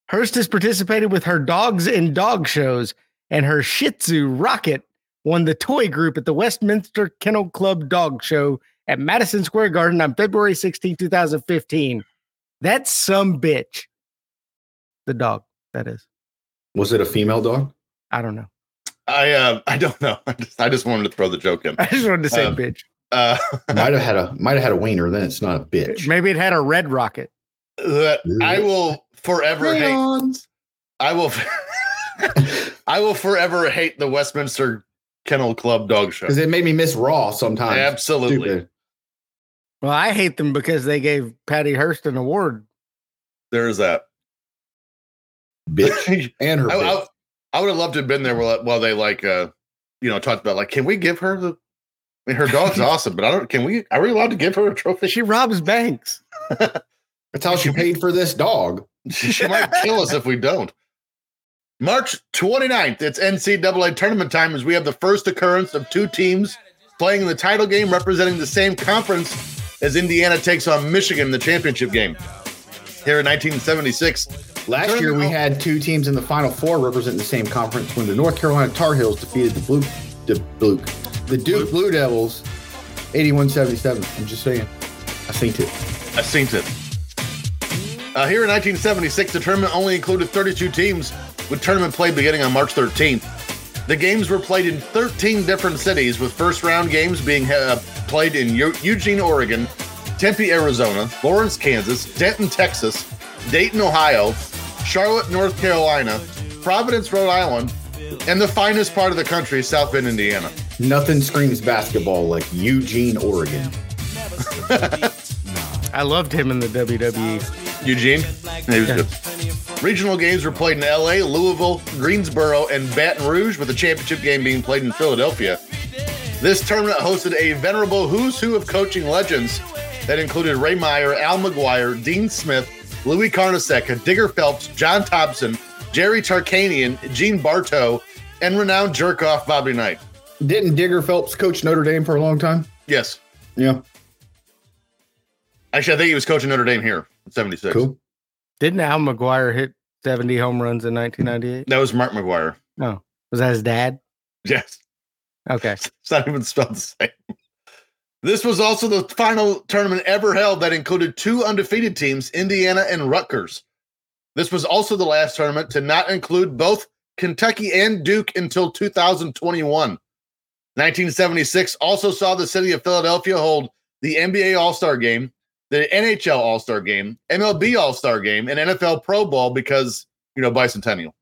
Speaker 3: Hearst has participated with her dogs in dog shows, and her Shih Tzu Rocket won the toy group at the Westminster Kennel Club Dog Show at Madison Square Garden on February 16, 2015. That's some bitch. The dog, that is.
Speaker 2: Was it a female dog?
Speaker 3: I don't know.
Speaker 1: I uh, I don't know. I just, I just wanted to throw the joke in.
Speaker 3: I just wanted to say
Speaker 1: Um,
Speaker 3: bitch.
Speaker 1: Uh,
Speaker 2: Might have had a might have had a wiener. Then it's not a bitch.
Speaker 3: Maybe it had a red rocket.
Speaker 1: that I will forever hate.
Speaker 2: Crayons.
Speaker 1: I will. I will forever hate the Westminster Kennel Club Dog Show.
Speaker 2: Because it made me miss Raw sometimes.
Speaker 1: Absolutely.
Speaker 2: Stupid.
Speaker 3: Well, I hate them because they gave Patty Hearst an award.
Speaker 1: There is that.
Speaker 2: Bitch. And her.
Speaker 1: I,
Speaker 2: bitch.
Speaker 1: I, I would have loved to have been there while, while they like uh you know talked about like can we give her the I mean her dog's awesome, but I don't can we are we allowed to give her a trophy? She
Speaker 3: She robs banks.
Speaker 2: That's how she paid for this dog.
Speaker 1: she might kill us if we don't. March 29th, it's NCAA tournament time as we have the first occurrence of two teams playing in the title game representing the same conference as Indiana takes on Michigan in the championship game. Here in 1976,
Speaker 2: Last year, we had two teams in the Final Four representing the same conference when the North Carolina Tar Heels defeated the Blue, the Blue, the Duke Blue Devils, 81-77. I'm just saying. I think it.
Speaker 1: I seen it. Uh, here in 1976, the tournament only included 32 teams, with tournament play beginning on March 13th. The games were played in 13 different cities, with first round games being uh, played in Eu- Eugene, Oregon, Tempe, Arizona, Lawrence, Kansas, Denton, Texas, Dayton, Ohio, Charlotte, North Carolina, Providence, Rhode Island, and the finest part of the country, South Bend, Indiana.
Speaker 2: Nothing screams basketball like Eugene, Oregon.
Speaker 3: I loved him in the E. WWE.
Speaker 1: Eugene. He was good. Regional games were played in LA, Louisville, Greensboro, and Baton Rouge, with the championship game being played in Philadelphia. This tournament hosted a venerable who's who of coaching legends that included Ray Meyer, Al McGuire, Dean Smith, Louis Carnesecca, Digger Phelps, John Thompson, Jerry Tarkanian, Gene Bartow, and renowned jerk off Bobby Knight.
Speaker 2: Didn't Digger Phelps coach Notre Dame for a long time?
Speaker 1: Yes.
Speaker 2: Yeah.
Speaker 1: Actually, I think he was coaching Notre Dame here in 76.
Speaker 2: Cool.
Speaker 3: Didn't Al McGuire hit 70 home runs in 1998.
Speaker 1: That was Mark McGuire.
Speaker 3: Oh, Was that his dad?
Speaker 1: Yes.
Speaker 3: Okay.
Speaker 1: It's not even spelled the same. This was also the final tournament ever held that included two undefeated teams, Indiana and Rutgers. This was also the last tournament to not include both Kentucky and Duke until 2021. 1976 also saw the city of Philadelphia hold the NBA All Star Game, the NHL All Star Game, MLB All Star Game, and NFL Pro Bowl because, you know, bicentennial.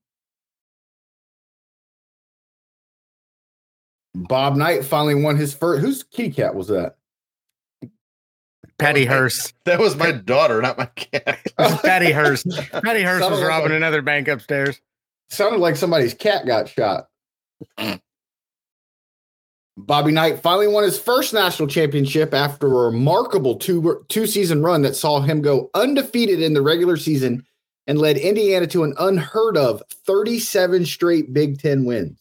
Speaker 2: Bob Knight finally won his first. Whose kitty cat was that?
Speaker 3: Patty
Speaker 1: Okay.
Speaker 3: Hearst.
Speaker 1: That was my daughter, not my cat.
Speaker 3: This is Patty Hearst. Patty Hearst
Speaker 2: Son
Speaker 3: was
Speaker 2: of a-
Speaker 3: robbing another bank upstairs.
Speaker 2: Sounded like somebody's cat got shot. Bobby Knight finally won his first national championship after a remarkable two two season run that saw him go undefeated in the regular season and led Indiana to an unheard of 37 straight Big 10 wins.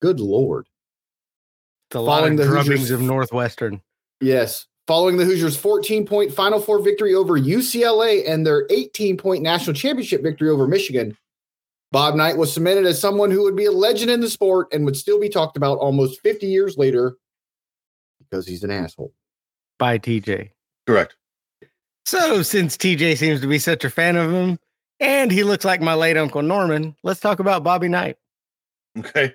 Speaker 2: Good lord.
Speaker 3: It's a lot
Speaker 2: Following
Speaker 3: of
Speaker 2: the Hoosiers.
Speaker 3: drubbings of Northwestern.
Speaker 2: Yes. Following the Hoosiers' 14 point Final Four victory over UCLA and their 18 point national championship victory over Michigan, Bob Knight was cemented as someone who would be a legend in the sport and would still be talked about almost 50 years later because he's an asshole.
Speaker 3: by TJ.
Speaker 1: Correct.
Speaker 3: So, since TJ seems to be such a fan of him and he looks like my late Uncle Norman, let's talk about Bobby Knight.
Speaker 1: Okay.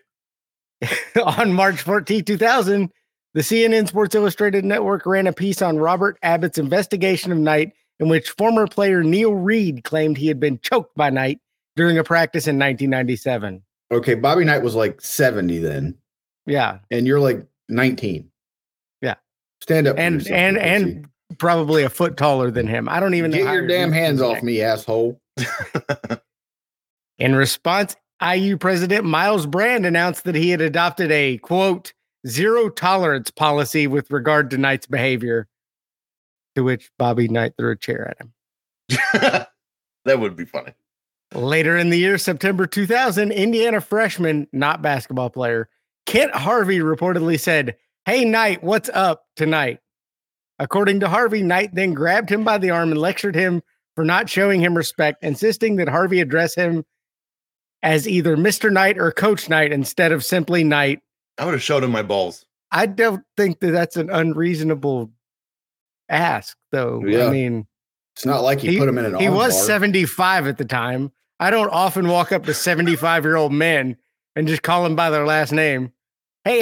Speaker 3: on March 14, 2000, the CNN Sports Illustrated Network ran a piece on Robert Abbott's investigation of Knight, in which former player Neil Reed claimed he had been choked by Knight during a practice in 1997.
Speaker 2: Okay. Bobby Knight was like 70 then,
Speaker 3: Yeah,
Speaker 2: and you're like 19.
Speaker 3: Yeah.
Speaker 2: Stand up. for
Speaker 3: and
Speaker 2: yourself,
Speaker 3: and
Speaker 2: Quincy.
Speaker 3: and probably a foot taller than him. I don't even know.
Speaker 2: get
Speaker 3: how
Speaker 2: your
Speaker 3: he
Speaker 2: damn
Speaker 3: reached
Speaker 2: hands
Speaker 3: his
Speaker 2: off
Speaker 3: neck.
Speaker 2: me, asshole.
Speaker 3: In response, IU President Miles Brand announced that he had adopted a quote zero tolerance policy with regard to Knight's behavior. To which Bobby Knight threw a chair at him.
Speaker 1: that would be funny.
Speaker 3: Later in the year, September 2000, Indiana freshman, not basketball player, Kent Harvey reportedly said, Hey, Knight, what's up tonight? According to Harvey, Knight then grabbed him by the arm and lectured him for not showing him respect, insisting that Harvey address him as either Mr. Knight or Coach Knight instead of simply Knight.
Speaker 1: I would have showed him my balls.
Speaker 3: I don't think that that's an unreasonable ask, though. I
Speaker 2: Yeah.
Speaker 3: mean,
Speaker 2: It's not like you
Speaker 3: He-
Speaker 2: put him in an
Speaker 3: he
Speaker 2: arm
Speaker 3: was
Speaker 2: bar.
Speaker 3: 75 at the time. I don't often walk up to 75 year old men and just call them by their last name. Hey,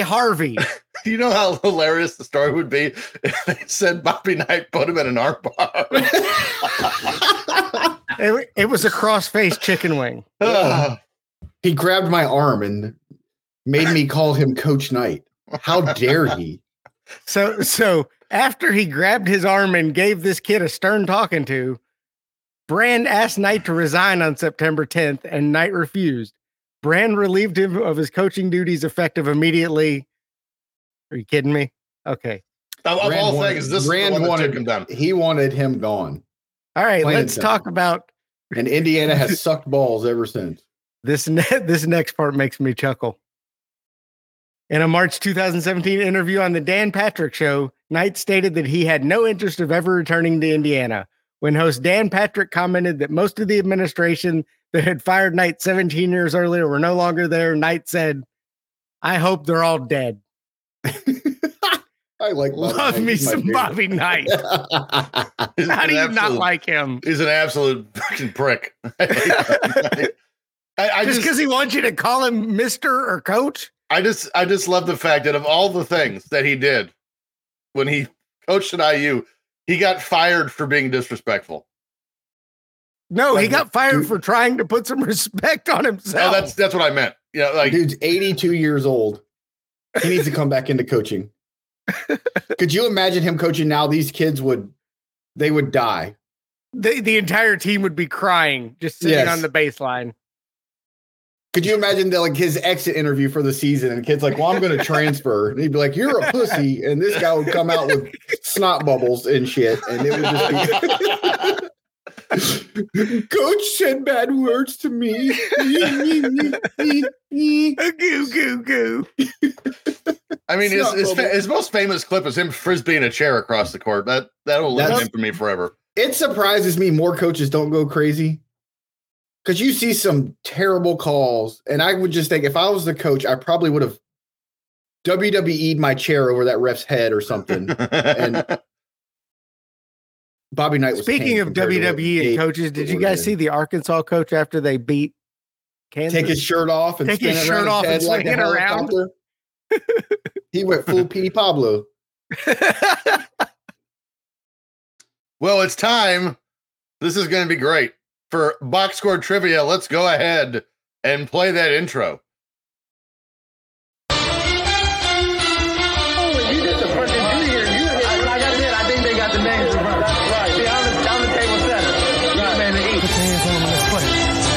Speaker 3: Harvey.
Speaker 1: You know how hilarious the story would be if they said Bobby Knight put him in an armbar.
Speaker 3: It, it was a cross faced chicken wing.
Speaker 1: Ah,
Speaker 2: He grabbed my arm and made me call him Coach Knight. How dare he?
Speaker 3: So, so after he grabbed his arm and gave this kid a stern talking to, Brand asked Knight to resign on September 10th, and Knight refused. Brand relieved him of his coaching duties effective immediately. Are you kidding me? Okay.
Speaker 1: of of
Speaker 2: Rand
Speaker 1: all
Speaker 2: wanted-
Speaker 1: things, this
Speaker 2: Rand
Speaker 1: is the one that
Speaker 2: wanted-
Speaker 1: took him down.
Speaker 2: He wanted him gone.
Speaker 3: All right.
Speaker 2: Plain and
Speaker 3: let's
Speaker 2: simple.
Speaker 3: talk about
Speaker 2: And Indiana has sucked balls ever since.
Speaker 3: This ne- this next part makes me chuckle. In a March 2017 interview on the Dan Patrick Show, Knight stated that he had no interest of ever returning to Indiana. When host Dan Patrick commented that most of the administration that had fired Knight 17 years earlier were no longer there, Knight said, "I hope they're all dead.
Speaker 2: I like Bobby
Speaker 3: Love
Speaker 2: Knight.
Speaker 3: me
Speaker 2: He's my
Speaker 3: some
Speaker 2: favorite.
Speaker 3: Bobby Knight.
Speaker 1: He's
Speaker 3: How
Speaker 1: an
Speaker 3: do you not
Speaker 1: absolute-
Speaker 3: like him?
Speaker 1: He's an absolute fucking prick. I, I
Speaker 3: just
Speaker 1: just,
Speaker 3: because he wants you to call him Mister or Coach?
Speaker 1: I just, I just love the fact that of all the things that he did when he coached at IU, he got fired for being disrespectful.
Speaker 3: No, he
Speaker 2: Like,
Speaker 3: got fired
Speaker 2: dude-
Speaker 3: for trying to put some respect on himself.
Speaker 1: Oh, that's that's what I meant. You know, like
Speaker 2: Dude's 82 years old. He needs to come back into coaching. Could you imagine him coaching now? These kids would they would die.
Speaker 3: the, the entire team would be crying just sitting
Speaker 2: Yes.
Speaker 3: on the baseline.
Speaker 2: Could you imagine that, like his exit interview for the season and the kid's like, Well, I'm gonna transfer. And he'd be like, You're a pussy. And this guy would come out with snot bubbles and shit. And it would just be Coach said bad words to me.
Speaker 3: A goo goo goo.
Speaker 1: I mean, his,
Speaker 2: Snot
Speaker 1: his, fa-
Speaker 2: bubble.
Speaker 1: his most famous clip is him frisbeeing a chair across the court. That that'll live
Speaker 2: That's-
Speaker 1: in infamy forever.
Speaker 2: it surprises me more coaches don't go crazy. because you see some terrible calls, and I would just think if I was the coach, I probably would have WWE'd my chair over that ref's head or something.
Speaker 1: and
Speaker 2: Bobby Knight was
Speaker 3: Speaking
Speaker 2: tank
Speaker 3: of
Speaker 2: compared to what
Speaker 3: WWE
Speaker 2: he
Speaker 3: and coaches, did you
Speaker 2: Orton
Speaker 3: guys
Speaker 2: did.
Speaker 3: see the Arkansas coach after they beat Kansas?
Speaker 2: take his shirt off and
Speaker 3: Take
Speaker 2: spin
Speaker 3: his
Speaker 2: it
Speaker 3: shirt
Speaker 2: around
Speaker 3: off and
Speaker 2: head like
Speaker 3: swing
Speaker 2: a
Speaker 3: it around.
Speaker 2: helicopter. he went full P Pablo.
Speaker 1: well, it's time. This is going to be great for box score trivia. Let's go ahead and play that intro.
Speaker 4: You just a fucking junior. You I, like I said, I think they got the names wrong. That's right. See, I'm the, I'm the table setter. Right. Man, to eat.
Speaker 5: Put your hands on them and let's play.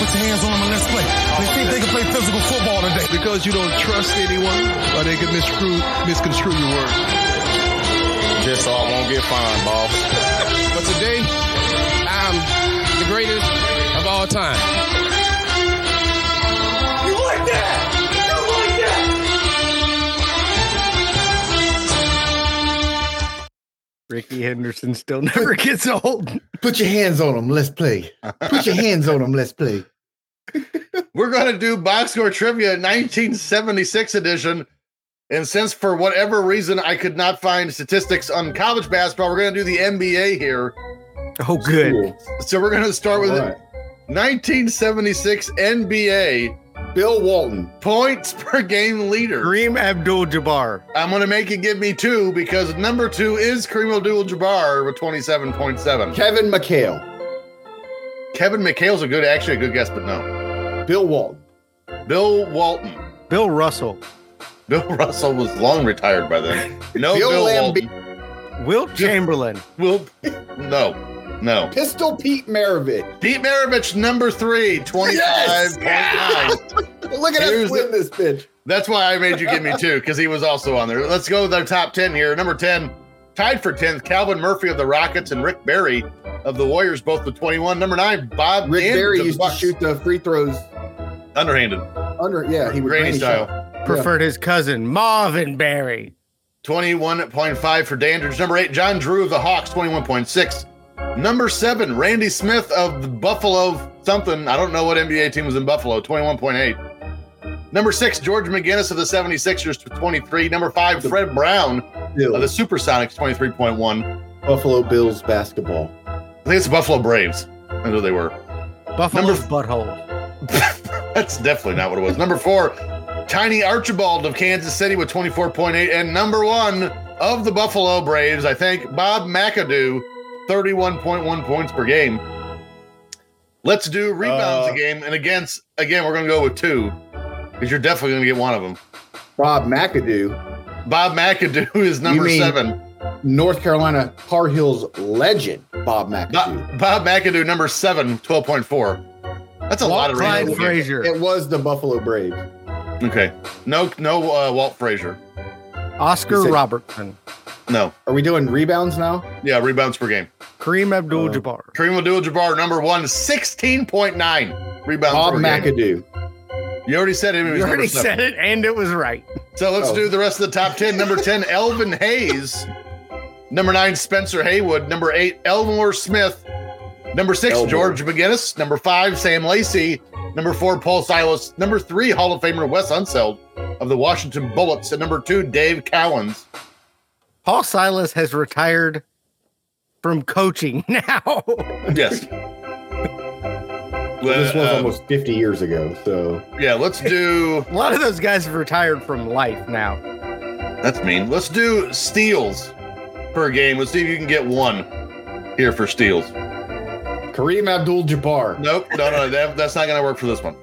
Speaker 5: Put your hands on them and let's play. They think they can play physical football today.
Speaker 6: because you don't trust anyone, or they can misconstrue, misconstrue your words.
Speaker 7: Just so I won't get fined, boss.
Speaker 6: But today, I'm the greatest of all time.
Speaker 3: Ricky Henderson still never gets old.
Speaker 2: Put your hands on him. Let's play. Put your hands on him. Let's play.
Speaker 1: We're going to do box score trivia 1976 edition. And since for whatever reason I could not find statistics on college basketball, we're going to do the NBA here.
Speaker 3: Oh, good.
Speaker 2: Cool.
Speaker 1: So we're going to start with
Speaker 2: All
Speaker 1: the
Speaker 2: right.
Speaker 1: 1976 NBA
Speaker 2: Bill Walton.
Speaker 1: points per game leader.
Speaker 3: Kareem Abdul-Jabbar.
Speaker 1: I'm going to make you give me two because number two is Kareem Abdul Jabbar with 27.7.
Speaker 2: Kevin McHale.
Speaker 1: Kevin McHale's a good, actually a good guess, but no.
Speaker 2: Bill Walton.
Speaker 1: Bill Walton.
Speaker 3: Bill Russell,
Speaker 1: Bill Russell was long retired by then. No, Bill,
Speaker 2: Bill
Speaker 1: Walton.
Speaker 3: Wilt Chamberlain,
Speaker 1: Will, no, no.
Speaker 2: Pistol Pete Maravich.
Speaker 1: Pete Maravich, number three, 25.9.
Speaker 2: Look at
Speaker 1: Here's
Speaker 2: us win this bitch.
Speaker 1: That's why I made you give me two because he was also on there. Let's go with our top 10 here. Number 10, tied for 10th, Calvin Murphy of the Rockets and Rick Barry of the Warriors, both with 21. Number nine, Bob
Speaker 2: Rick
Speaker 1: Dand of
Speaker 2: Barry
Speaker 1: the
Speaker 2: used
Speaker 1: Bucks.
Speaker 2: to shoot the free throws
Speaker 1: underhanded,
Speaker 2: under. Yeah, he would
Speaker 1: Granny style.
Speaker 2: shot.
Speaker 3: preferred his cousin Marvin Barry.
Speaker 1: 21.5 for Dandridge. Number eight, John Drew of the Hawks, 21.6. Number seven, Randy Smith of the Buffalo something. I don't know what NBA team was in Buffalo, 21.8. Number six, George McGinnis of the 76ers, 23. Number five, Fred Brown of Uh, the
Speaker 2: Bills.
Speaker 1: Supersonics, 23.1.
Speaker 2: Buffalo Bills basketball.
Speaker 1: I think it's the Buffalo Braves. I know they were.
Speaker 3: Buffalo's
Speaker 1: Number-
Speaker 3: butthole.
Speaker 1: That's definitely not what it was. Number four, Tiny Archibald of Kansas City with 24.8. And number one of the Buffalo Braves, I think, Bob McAdoo, 31.1 points per game. Let's do rebounds
Speaker 2: Uh,
Speaker 1: a game. And against, again, we're going to go with two because you're definitely going to get one of them.
Speaker 2: Bob McAdoo,
Speaker 1: Bob McAdoo is number
Speaker 2: mean-
Speaker 1: seven.
Speaker 2: North Carolina Tar Heels legend. Bob McAdoo.
Speaker 1: Bob, Bob McAdoo, number seven, 12.4. That's a lot
Speaker 3: Walt
Speaker 1: of
Speaker 3: Clyde
Speaker 1: rebounds.
Speaker 3: Frazier,
Speaker 2: It was the Buffalo Braves.
Speaker 1: Okay. No, no, uh, Walt Frazier.
Speaker 3: Oscar
Speaker 2: He said-
Speaker 3: Robertson,
Speaker 1: No.
Speaker 2: Are we doing rebounds now?
Speaker 1: Yeah, rebounds per game.
Speaker 3: Kareem Abdul-Jabbar,
Speaker 1: Kareem Abdul-Jabbar, number one, 16.9 rebounds.
Speaker 2: Bob
Speaker 1: per game.
Speaker 2: McAdoo.
Speaker 1: You already said him. he was
Speaker 3: you already
Speaker 1: number seven.
Speaker 3: said it, and it was right.
Speaker 1: So let's
Speaker 2: Oh.
Speaker 1: do the rest of the top 10. Number 10, Elvin Hayes. Number nine, Spencer Haywood. Number eight, Elmore Smith. Number six,
Speaker 2: Elmore.
Speaker 1: George McGinnis. Number five, Sam Lacey. Number four, Paul Silas. Number three, Hall of Famer Wes Unseld of the Washington Bullets. And number two, Dave Cowens.
Speaker 3: Paul Silas has retired from coaching now.
Speaker 1: Yes.
Speaker 2: this was
Speaker 1: Uh,
Speaker 2: almost 50 years ago. So
Speaker 1: yeah, let's do.
Speaker 3: A lot of those guys have retired from life now.
Speaker 1: That's mean. Let's do steals per game. Let's see if you can get one here for steals.
Speaker 2: Kareem Abdul Jabbar,
Speaker 1: Nope. No, no, that, that's not going to work for this one.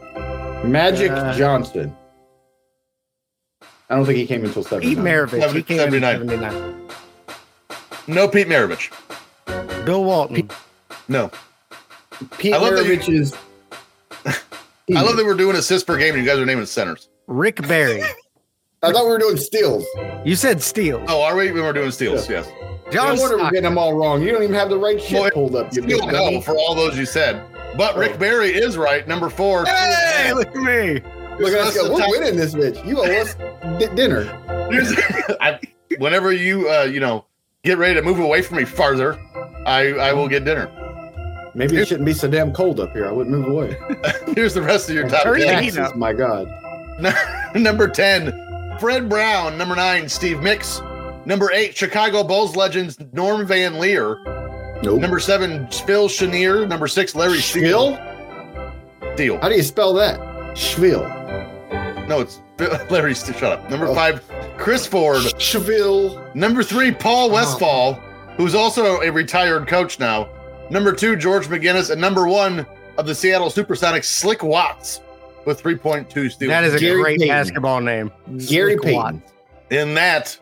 Speaker 2: Magic
Speaker 3: Uh,
Speaker 2: Johnson. I don't think he came until seven.
Speaker 3: Pete Maravich, he came in
Speaker 1: 79.
Speaker 3: 79.
Speaker 1: No, Pete Maravich.
Speaker 3: Bill Walton,
Speaker 1: No.
Speaker 2: Pete
Speaker 1: I love that you-
Speaker 2: Maravich is.
Speaker 1: I love that we're doing assists per game and you guys are naming centers.
Speaker 3: Rick Barry.
Speaker 2: I thought we were doing steals.
Speaker 3: You said steals.
Speaker 1: Oh, are we? We were doing steals. Yes.
Speaker 2: I
Speaker 3: John
Speaker 2: wonder we're
Speaker 3: Stockton.
Speaker 2: getting them all wrong. You don't even have the right shit
Speaker 1: Well,
Speaker 2: pulled up. You big
Speaker 1: Steal, no,
Speaker 2: dummy.
Speaker 1: for all those you said. But Rick Barry is right. Number four.
Speaker 3: Hey, look at me.
Speaker 2: Look at us
Speaker 1: That's
Speaker 2: go.
Speaker 1: the
Speaker 2: We're
Speaker 1: top-
Speaker 2: winning this bitch. You owe us di- dinner.
Speaker 1: I, whenever you, uh, you know, get ready to move away from me farther, I, I will get dinner.
Speaker 2: Maybe it shouldn't be so damn cold up here. I wouldn't move away.
Speaker 1: Here's the rest of your top
Speaker 3: Hurry
Speaker 1: ten.
Speaker 3: up.
Speaker 2: Taxes, my God.
Speaker 1: number 10, Fred Brown. Number 9, Steve Mix. Number 8, Chicago Bulls legends Norm Van Leer.
Speaker 2: Nope.
Speaker 1: Number 7, Phil Chenier. Number 6, Larry
Speaker 2: Schville?
Speaker 1: Steele. Steele.
Speaker 2: How do you spell that? Schville.
Speaker 1: No, it's Phil- Larry Steele. Shut up. Number
Speaker 2: Oh.
Speaker 1: 5, Chris Ford.
Speaker 2: Schville.
Speaker 1: Number 3, Paul
Speaker 2: Oh.
Speaker 1: Westfall, who's also a retired coach now. Number 2, George McGinnis. And number 1 of the Seattle Supersonics, Slick Watts, with 3.2 steals.
Speaker 3: That is a
Speaker 2: Gary
Speaker 3: great
Speaker 2: Payton.
Speaker 3: basketball name.
Speaker 2: Gary
Speaker 3: Slick
Speaker 2: Payton.
Speaker 3: Watts.
Speaker 1: And that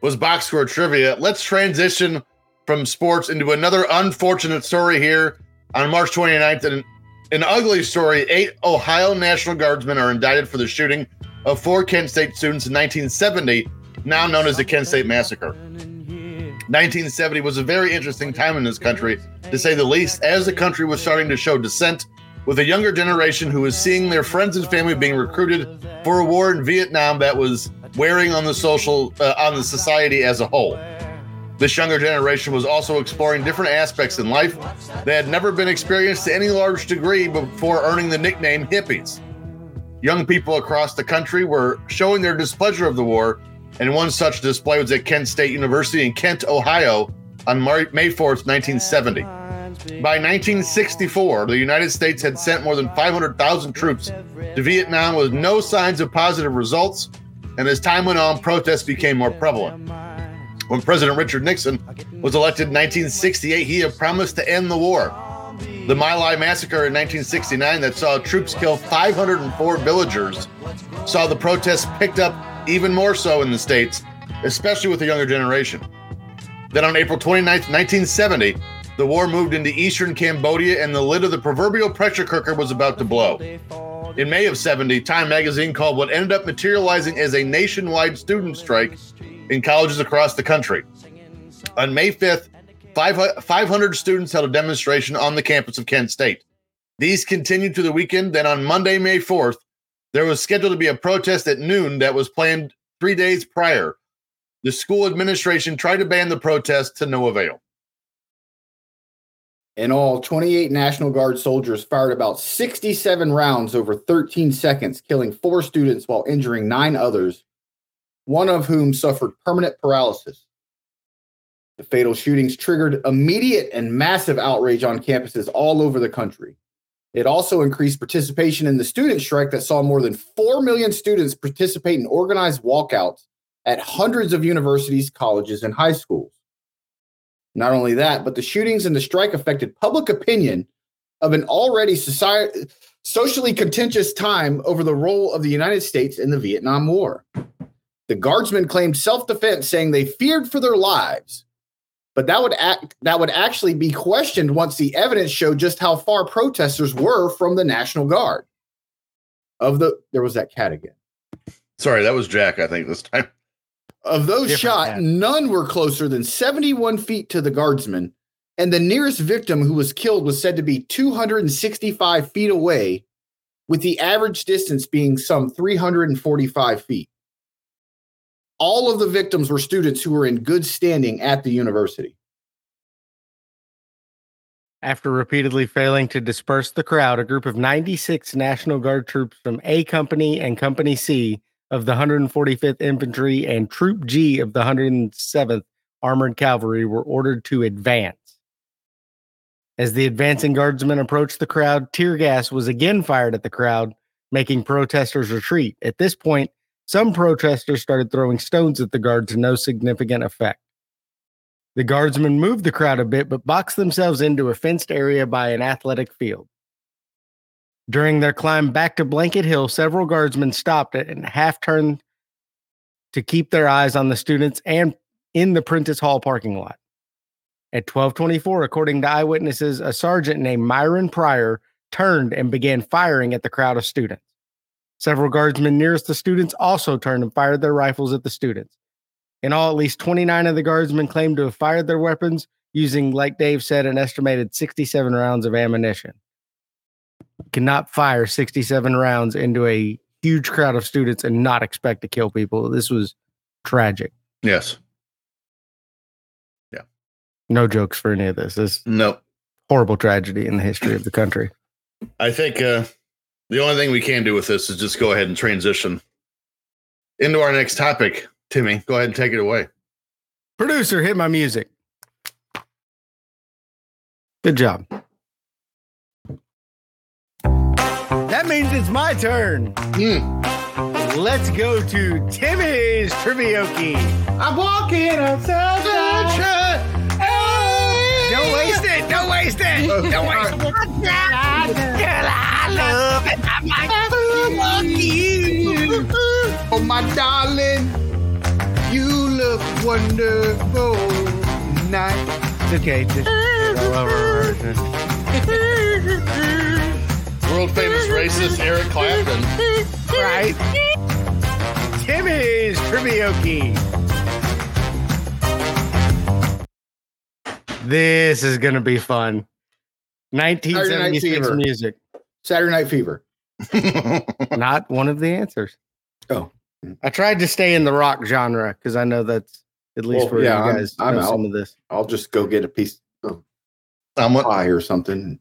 Speaker 1: was box score trivia. Let's transition from sports into another unfortunate story here on March 29th. An, an ugly story. Eight Ohio National Guardsmen are indicted for the shooting of four Kent State students in 1970, now known as the Kent State Massacre. 1970 was a very interesting time in this country, to say the least, as the country was starting to show dissent with a younger generation who was seeing their friends and family being recruited for a war in Vietnam that was wearing on the social uh, on the society as a whole. This younger generation was also exploring different aspects in life that had never been experienced to any large degree before earning the nickname hippies. Young people across the country were showing their displeasure of the war, and one such display was at Kent State University in Kent, Ohio, on Mar- May 4th, 1970. By 1964, the United States had sent more than 500,000 troops to Vietnam with no signs of positive results, and as time went on, protests became more prevalent. When President Richard Nixon was elected in 1968, he had promised to end the war. The My Lai massacre in 1969, that saw troops kill 504 villagers, saw the protests picked up even more so in the States, especially with the younger generation. Then on April 29th, 1970, the war moved into eastern Cambodia and the lid of the proverbial pressure cooker was about to blow. In May of 70, Time magazine called what ended up materializing as a nationwide student strike in colleges across the country. On May 5th, five- 500 students held a demonstration on the campus of Kent State. These continued to the weekend. Then on Monday, May 4th, there was scheduled to be a protest at noon that was planned three days prior. The school administration tried to ban the protest to no avail.
Speaker 2: In all, 28 National Guard soldiers fired about 67 rounds over 13 seconds, killing four students while injuring nine others, one of whom suffered permanent paralysis. The fatal shootings triggered immediate and massive outrage on campuses all over the country. It also increased participation in the student strike that saw more than 4 million students participate in organized walkouts at hundreds of universities, colleges, and high schools. Not only that, but the shootings and the strike affected public opinion of an already society, socially contentious time over the role of the United States in the Vietnam War. The guardsmen claimed self-defense, saying they feared for their lives. But that would act that would actually be questioned once the evidence showed just how far protesters were from the National Guard. Of the there was that cat again.
Speaker 1: Sorry, that was Jack, I think, this time.
Speaker 2: Of those
Speaker 3: Different
Speaker 2: shot,
Speaker 3: cat.
Speaker 2: none were closer than 71 feet to the guardsman, and the nearest victim who was killed was said to be 265 feet away, with the average distance being some 345 feet. All of the victims were students who were in good standing at the university.
Speaker 3: After repeatedly failing to disperse the crowd, a group of 96 National Guard troops from A Company and Company C of the 145th Infantry and Troop G of the 107th Armored Cavalry were ordered to advance. As the advancing guardsmen approached the crowd, tear gas was again fired at the crowd, making protesters retreat. At this point, some protesters started throwing stones at the guard to no significant effect. The guardsmen moved the crowd a bit, but boxed themselves into a fenced area by an athletic field. During their climb back to Blanket Hill, several guardsmen stopped and half turned to keep their eyes on the students and in the Prentice Hall parking lot. At 1224, according to eyewitnesses, a sergeant named Myron Pryor turned and began firing at the crowd of students. Several guardsmen nearest the students also turned and fired their rifles at the students. In all, at least 29 of the guardsmen claimed to have fired their weapons using, like Dave said, an estimated 67 rounds of ammunition. Cannot fire 67 rounds into a huge crowd of students and not expect to kill people. This was tragic.
Speaker 1: Yes.
Speaker 3: No jokes for any of this. This is
Speaker 1: No.
Speaker 3: horrible tragedy in the history of the country.
Speaker 1: I think uh, the only thing we can do with this is just go ahead and transition into our next topic. Timmy, go ahead and take it away.
Speaker 3: Producer, hit my music. Good job. That means it's my turn.
Speaker 1: Hmm.
Speaker 3: Let's go to Timmy's Triviaoke. I'm walking on sunshine. Don't waste it. Don't waste it. Don't waste it. I love it. I love you.
Speaker 6: Oh, my darling, you look wonderful. Night.
Speaker 3: Okay, just
Speaker 1: World famous racist Eric Clapton.
Speaker 3: right. Timmy's Triviaoke. This is gonna be fun. 1976
Speaker 2: Fever.
Speaker 3: music.
Speaker 2: Saturday Night Fever.
Speaker 3: Not one of the answers.
Speaker 2: Oh.
Speaker 3: I tried to stay in the rock genre because I know that's at least
Speaker 2: Well,
Speaker 3: where
Speaker 2: yeah,
Speaker 3: you
Speaker 2: I'm-
Speaker 3: guys
Speaker 2: I'm
Speaker 3: know
Speaker 2: out.
Speaker 3: some of this.
Speaker 2: I'll just go get a piece
Speaker 1: I'm
Speaker 2: of pie or something.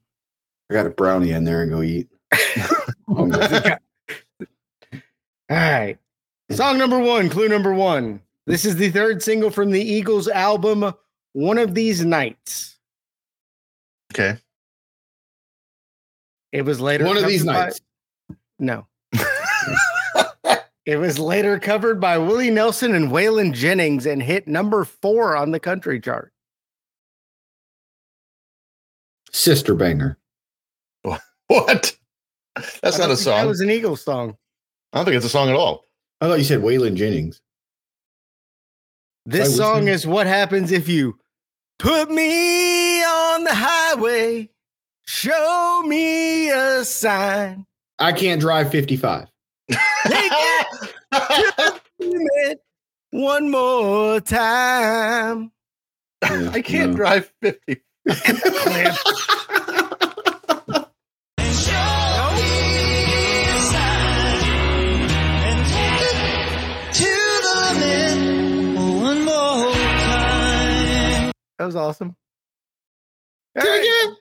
Speaker 2: I got a brownie in there and go eat. Oh, Hungry.
Speaker 3: All right. Song number one, clue number one. This is the third single from the Eagles album, One of These Nights.
Speaker 1: okay.
Speaker 3: It was later.
Speaker 2: One of
Speaker 3: covered
Speaker 2: these
Speaker 3: by-
Speaker 2: nights.
Speaker 3: No. it was later covered by Willie Nelson and Waylon Jennings and hit number four on the country chart.
Speaker 2: Sister banger.
Speaker 1: What? That's not
Speaker 3: I don't
Speaker 1: a
Speaker 3: think That
Speaker 1: song.
Speaker 3: was an Eagles song.
Speaker 1: I don't think it's a song at all.
Speaker 2: I thought you said Waylon Jennings.
Speaker 3: This
Speaker 2: Play with
Speaker 3: song
Speaker 2: me.
Speaker 3: is what happens if you put me on the highway, show me a sign.
Speaker 2: I can't drive 55.
Speaker 3: Take it. it one more time.
Speaker 2: Yeah,
Speaker 1: I can't
Speaker 2: no.
Speaker 1: drive 50.
Speaker 3: Cliff. That was awesome. All
Speaker 2: Take
Speaker 3: right.
Speaker 2: it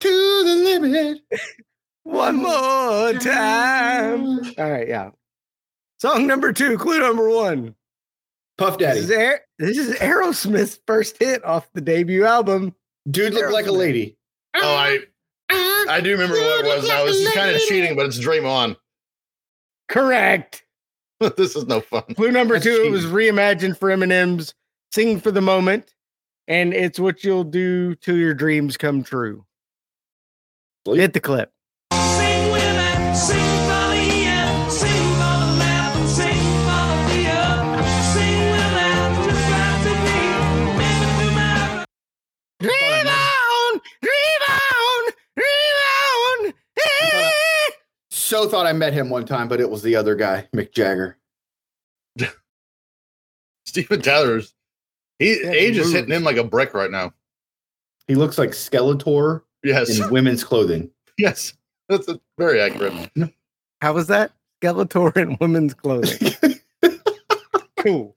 Speaker 2: to the limit.
Speaker 3: One more time. All right, yeah. Song number two, clue number one.
Speaker 2: Puff
Speaker 3: This is,
Speaker 2: Daddy.
Speaker 3: Aer- this is Aerosmith's first hit off the debut album.
Speaker 2: Dude looked like a lady.
Speaker 1: Oh, I I do remember what it was. Now this is kind of cheating, but it's Dream On.
Speaker 3: Correct.
Speaker 1: this is no fun.
Speaker 3: Clue number
Speaker 2: That's
Speaker 3: two, it
Speaker 2: cheating.
Speaker 3: was reimagined for Eminem's Sing for the Moment. And it's what you'll do till your dreams come true.
Speaker 2: Sleep.
Speaker 3: Hit the clip. Dream on, dream on, dream on.
Speaker 2: So thought I met him one time, but it was the other guy, Mick Jagger.
Speaker 1: Steven Tyler's he
Speaker 3: Yeah,
Speaker 1: age is
Speaker 3: moved.
Speaker 1: hitting him like a brick right now.
Speaker 2: He looks like Skeletor
Speaker 1: Yes.
Speaker 2: in women's clothing.
Speaker 1: Yes. That's a, very accurate.
Speaker 3: How was that? Skeletor in women's clothing. cool.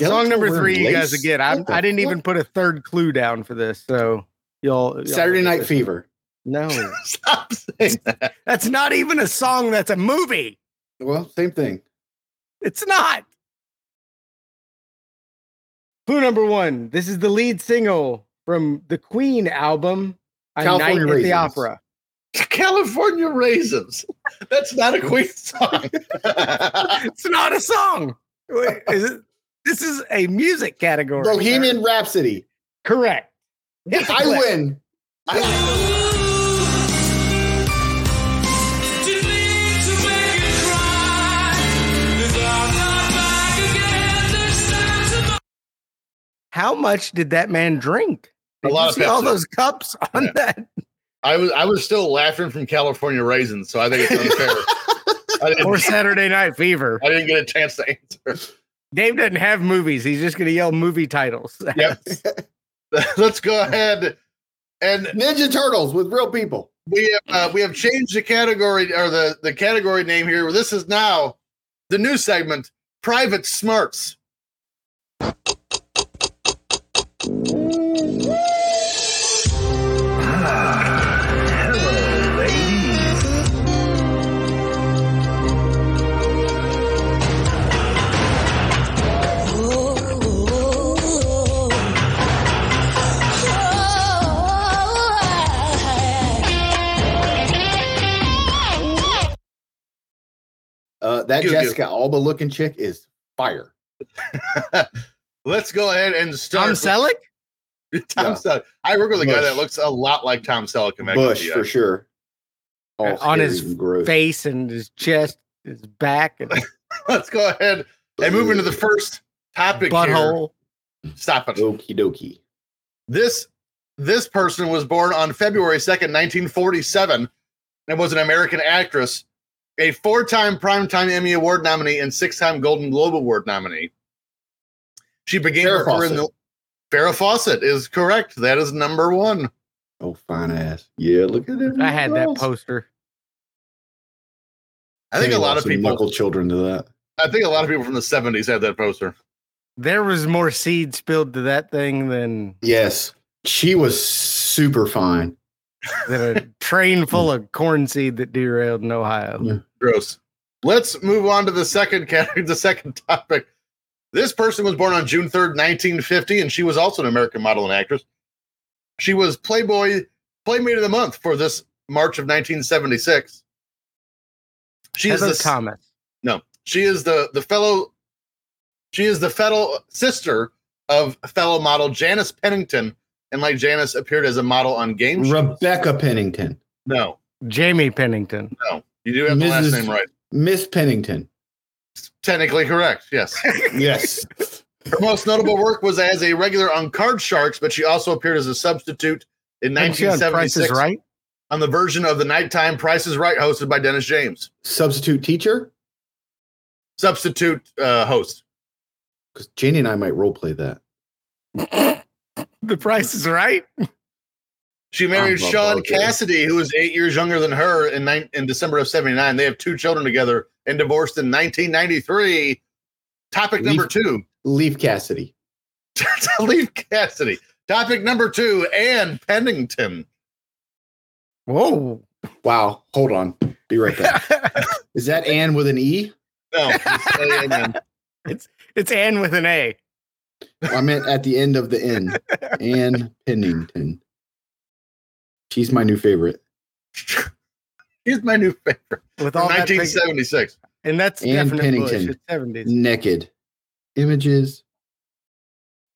Speaker 3: Song number
Speaker 2: Skeletor
Speaker 3: three,
Speaker 2: wearing
Speaker 3: you guys
Speaker 2: lace?
Speaker 3: again. I'm,
Speaker 2: What the
Speaker 3: I didn't
Speaker 2: fuck?
Speaker 3: even put a third clue down for this, so y'all. y'all-
Speaker 2: Saturday Night Fever.
Speaker 3: No,
Speaker 1: Stop saying that.
Speaker 3: that's not even a song. That's a movie.
Speaker 2: Well, same thing.
Speaker 3: It's not. Clue number one. This is the lead single from the Queen album, "A
Speaker 2: California
Speaker 3: Night at the
Speaker 2: Raisins.
Speaker 3: Opera."
Speaker 1: California raisins. That's not a Queen song.
Speaker 3: It's not a song. Wait, is it- This is a music category.
Speaker 2: Bohemian Rhapsody.
Speaker 3: Correct. Hit the
Speaker 2: I
Speaker 3: clip.
Speaker 2: win.
Speaker 3: How much did that man drink?
Speaker 1: A
Speaker 3: Did
Speaker 1: lot
Speaker 3: you
Speaker 1: of
Speaker 3: see all
Speaker 1: Pepsi.
Speaker 3: those cups on
Speaker 1: Yeah.
Speaker 3: that
Speaker 1: I was I was still laughing from California raisins, so I think it's unfair. I didn't,
Speaker 3: or Saturday Night Fever.
Speaker 1: I didn't get a chance to answer.
Speaker 3: Dave doesn't have movies. He's just going to yell movie titles.
Speaker 1: Yep. Let's go ahead and
Speaker 2: Ninja Turtles with real people.
Speaker 1: we have uh, we have changed the category or the the category name here. This is now the new segment, Private Smarts.
Speaker 2: Uh, that
Speaker 1: Goo-goo.
Speaker 2: Jessica Alba looking chick is fire.
Speaker 1: Let's go ahead and
Speaker 3: Tom
Speaker 1: start.
Speaker 3: Selleck?
Speaker 1: with- Tom
Speaker 2: Yeah.
Speaker 1: Selleck. I work with a guy
Speaker 2: Bush.
Speaker 1: that looks a lot like Tom Selleck. in
Speaker 2: Bush
Speaker 1: Magnolia.
Speaker 2: for sure. All
Speaker 3: Uh, on
Speaker 2: scary
Speaker 3: his
Speaker 2: and gross.
Speaker 3: Face and his chest, his back, and
Speaker 1: Let's go ahead and move into the first topic. Here.
Speaker 3: butthole.
Speaker 1: Stop it.
Speaker 2: Okie dokie.
Speaker 1: This this person was born on February 2nd, 1947, and was an American actress, a four-time primetime Emmy Award nominee and six-time Golden Globe Award nominee. She began her
Speaker 2: Farrah
Speaker 1: career in the Farrah Fawcett is correct. That is number one.
Speaker 2: Oh, fine ass. Yeah, look at it.
Speaker 3: I had that poster.
Speaker 1: I think a lot of people
Speaker 2: knuckle children to that.
Speaker 1: I think a lot of people from the 70s had that poster.
Speaker 3: There was more seed spilled to that thing than,
Speaker 2: Yes, she was super fine.
Speaker 3: than a train full of corn seed that derailed in Ohio.
Speaker 1: Gross. Let's move on to the second category, the second topic. This person was born on June 3rd, 1950, and she was also an American model and actress. She was Playboy Playmate of the Month for this March of 1976. She is
Speaker 3: Heather
Speaker 1: the
Speaker 3: Thomas.
Speaker 1: no, she is the the fellow she is the fellow sister of fellow model Janice Pennington, and like Janice appeared as a model on game shows.
Speaker 2: Rebecca Pennington,
Speaker 1: no,
Speaker 3: Jamie Pennington.
Speaker 1: you do have the last
Speaker 2: Mrs.
Speaker 1: name right.
Speaker 2: Miss Pennington.
Speaker 1: Technically correct, yes.
Speaker 2: Yes,
Speaker 1: Her most notable work was as a regular on Card Sharks, but she also appeared as a substitute in
Speaker 3: Wasn't she on Price is
Speaker 1: 1976
Speaker 3: Right?
Speaker 1: on the version of the nighttime Price is Right hosted by Dennis James.
Speaker 2: substitute teacher.
Speaker 1: Substitute uh, host.
Speaker 2: Because Janie and I might role play that.
Speaker 3: The Price is Right?
Speaker 1: She married
Speaker 2: I'm a
Speaker 1: Sean
Speaker 2: bugger.
Speaker 1: Cassidy, who was eight years younger than her in, nine in December of 79. They have two children together and divorced in 1993. Topic
Speaker 2: Leaf-
Speaker 1: number two
Speaker 2: Leaf Cassidy.
Speaker 1: Leave Cassidy. Topic number two Anne Pennington.
Speaker 3: Whoa.
Speaker 2: Wow. Hold on. Be right back. Is that Anne with an E?
Speaker 1: No, just say amen.
Speaker 3: It's Ann with an A.
Speaker 2: I meant at the end of the N. Anne Pennington. She's my new favorite.
Speaker 1: Here's my new favorite.
Speaker 3: With all that big-
Speaker 1: 1976.
Speaker 3: and that's
Speaker 2: Ann
Speaker 3: definite Bush.
Speaker 2: Pennington.
Speaker 3: It's 70s.
Speaker 2: Naked. Images.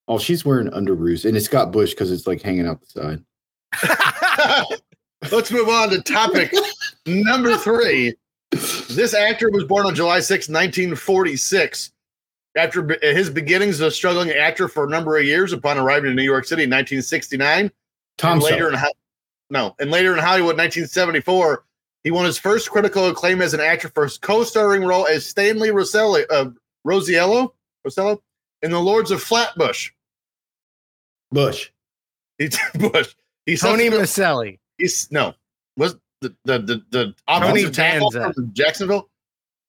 Speaker 2: Oh, she's wearing underoos, and it's got bush because it's like hanging out the side.
Speaker 1: Let's move on to topic number three. This actor was born on July 6, 1946. After be- his beginnings as a struggling actor for a number of years upon arriving in New York City in 1969,
Speaker 2: Tom
Speaker 1: and later
Speaker 2: Selleck.
Speaker 1: in Ho- no, and later in Hollywood, 1974, he won his first critical acclaim as an actor for his co-starring role as Stanley Roselli, uh, Rosiello, Rosello, in The Lords of Flatbush.
Speaker 2: Bush.
Speaker 1: He Bush. He subsequently-
Speaker 3: Tony Maselli.
Speaker 1: He's no was the the the, the
Speaker 3: Tony
Speaker 1: offensive tackle
Speaker 3: Danza.
Speaker 1: from Jacksonville.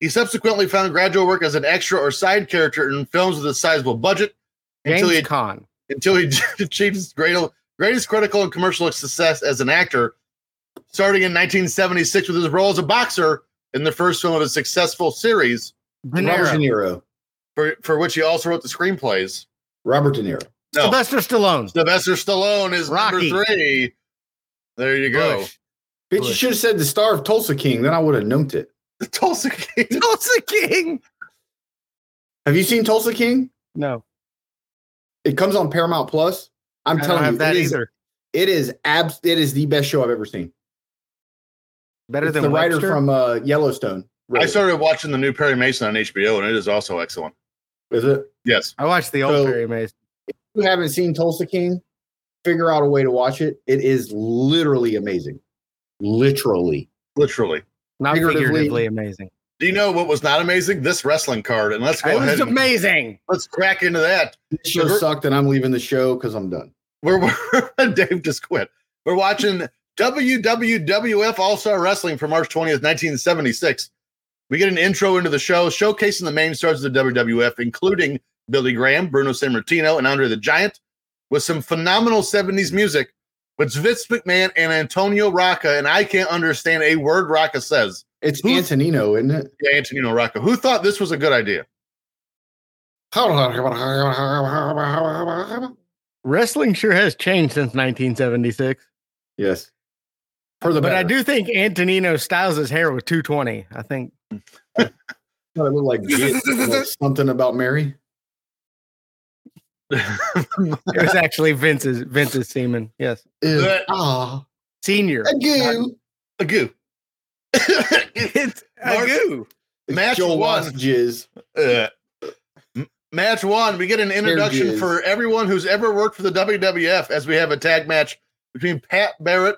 Speaker 1: He subsequently found gradual work as an extra or side character in films with a sizable budget until
Speaker 3: James
Speaker 1: he
Speaker 3: Caan.
Speaker 1: until he achieved his great, greatest critical and commercial success as an actor, starting in 1976 with his role as a boxer in the first film of his successful series,
Speaker 3: De
Speaker 2: Robert
Speaker 3: Niro.
Speaker 2: De Niro.
Speaker 1: for for which he also wrote the screenplays.
Speaker 2: Robert De Niro.
Speaker 1: No.
Speaker 3: Sylvester Stallone.
Speaker 1: Sylvester Stallone is
Speaker 3: Rocky.
Speaker 1: number three. There you go.
Speaker 3: Bush.
Speaker 2: Bitch, you
Speaker 3: Bush.
Speaker 2: should have said the star of Tulsa King. Then I would have known it.
Speaker 1: The Tulsa King.
Speaker 3: Tulsa King.
Speaker 2: Have you seen Tulsa King?
Speaker 3: No,
Speaker 2: It comes on Paramount Plus. I'm
Speaker 3: I don't
Speaker 2: telling
Speaker 3: have
Speaker 2: you,
Speaker 3: that
Speaker 2: it is
Speaker 3: either.
Speaker 2: it is abs- it is the best show I've ever seen.
Speaker 3: Better
Speaker 2: It's
Speaker 3: than
Speaker 2: the writer
Speaker 3: Webster?
Speaker 2: from uh, Yellowstone.
Speaker 1: I
Speaker 2: wrote it.
Speaker 1: started watching the new Perry Mason on HBO, and it is also excellent.
Speaker 2: Is it?
Speaker 1: Yes.
Speaker 3: I watched the old
Speaker 2: So-
Speaker 3: Perry Mason.
Speaker 2: If you haven't seen Tulsa King, figure out a way to watch it. It is literally amazing. Literally.
Speaker 1: Literally.
Speaker 3: Not
Speaker 2: figuratively-
Speaker 3: figuratively amazing.
Speaker 1: Do you know what was not amazing? This wrestling card. And let's go
Speaker 3: It was
Speaker 1: ahead and
Speaker 3: amazing.
Speaker 1: let's crack into that.
Speaker 2: This show
Speaker 1: Ever-
Speaker 2: sucked, and I'm leaving the show because I'm done.
Speaker 1: We're, we're Dave just quit. We're watching WWWF All Star Wrestling from March 20th, 1976. We get an intro into the show, showcasing the main stars of the WWF, including Billy Graham, Bruno Sammartino, and Andre the Giant, with some phenomenal 70s music. But it's Vince McMahon and Antonio Rocca, and I can't understand a word Rocca says.
Speaker 2: It's
Speaker 1: Who's-
Speaker 2: Antonino, isn't it?
Speaker 1: Yeah, Antonino Rocca. Who thought this was a good idea?
Speaker 3: Wrestling sure has changed since 1976.
Speaker 2: Yes. For the
Speaker 3: But I
Speaker 2: better.
Speaker 3: do think Antonino styles his hair with 220. I think
Speaker 2: Kind of look like Git, like something about Mary.
Speaker 3: It was actually Vince's Vince's semen. Yes,
Speaker 2: Ew.
Speaker 1: That-
Speaker 2: Ah,
Speaker 3: senior.
Speaker 2: a goo.
Speaker 1: A goo.
Speaker 3: It's
Speaker 1: Mark-
Speaker 3: goo.
Speaker 2: It's
Speaker 1: Match one.
Speaker 2: Joel Watt's jizz.
Speaker 1: Uh, m- match one, we get an introduction
Speaker 2: is.
Speaker 1: for everyone who's ever worked for the WWF as we have a tag match between Pat Barrett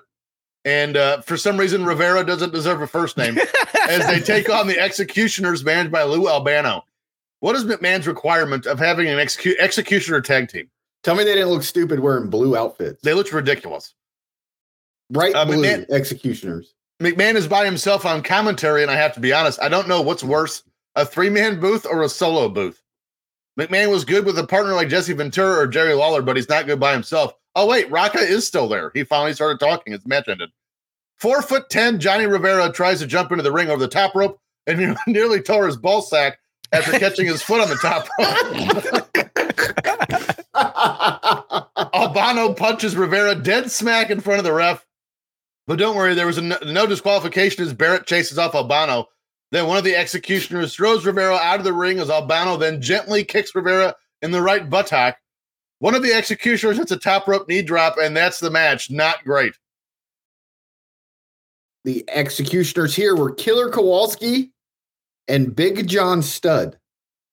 Speaker 1: and, uh, for some reason, Rivera doesn't deserve a first name as they take on the Executioners managed by Lou Albano. What is McMahon's requirement of having an execu- executioner tag team?
Speaker 2: Tell me they didn't look stupid wearing blue outfits.
Speaker 1: They looked ridiculous.
Speaker 2: Bright
Speaker 1: I mean,
Speaker 2: blue
Speaker 1: that-
Speaker 2: executioners.
Speaker 1: McMahon is by himself on commentary, and I have to be honest, I don't know what's worse a three man booth or a solo booth. McMahon was good with a partner like Jesse Ventura or Jerry Lawler, but he's not good by himself. Oh, wait, Rocca is still there. He finally started talking. His match ended. Four foot 10, Johnny Rivera tries to jump into the ring over the top rope and nearly tore his ball sack after catching his foot on the top rope. Albano punches Rivera dead smack in front of the ref. But don't worry, there was a no, no disqualification as Barrett chases off Albano. Then one of the executioners throws Rivera out of the ring as Albano then gently kicks Rivera in the right buttock. One of the executioners hits a top rope knee drop, and that's the match. Not great.
Speaker 2: the executioners here were Killer Kowalski and Big John Studd,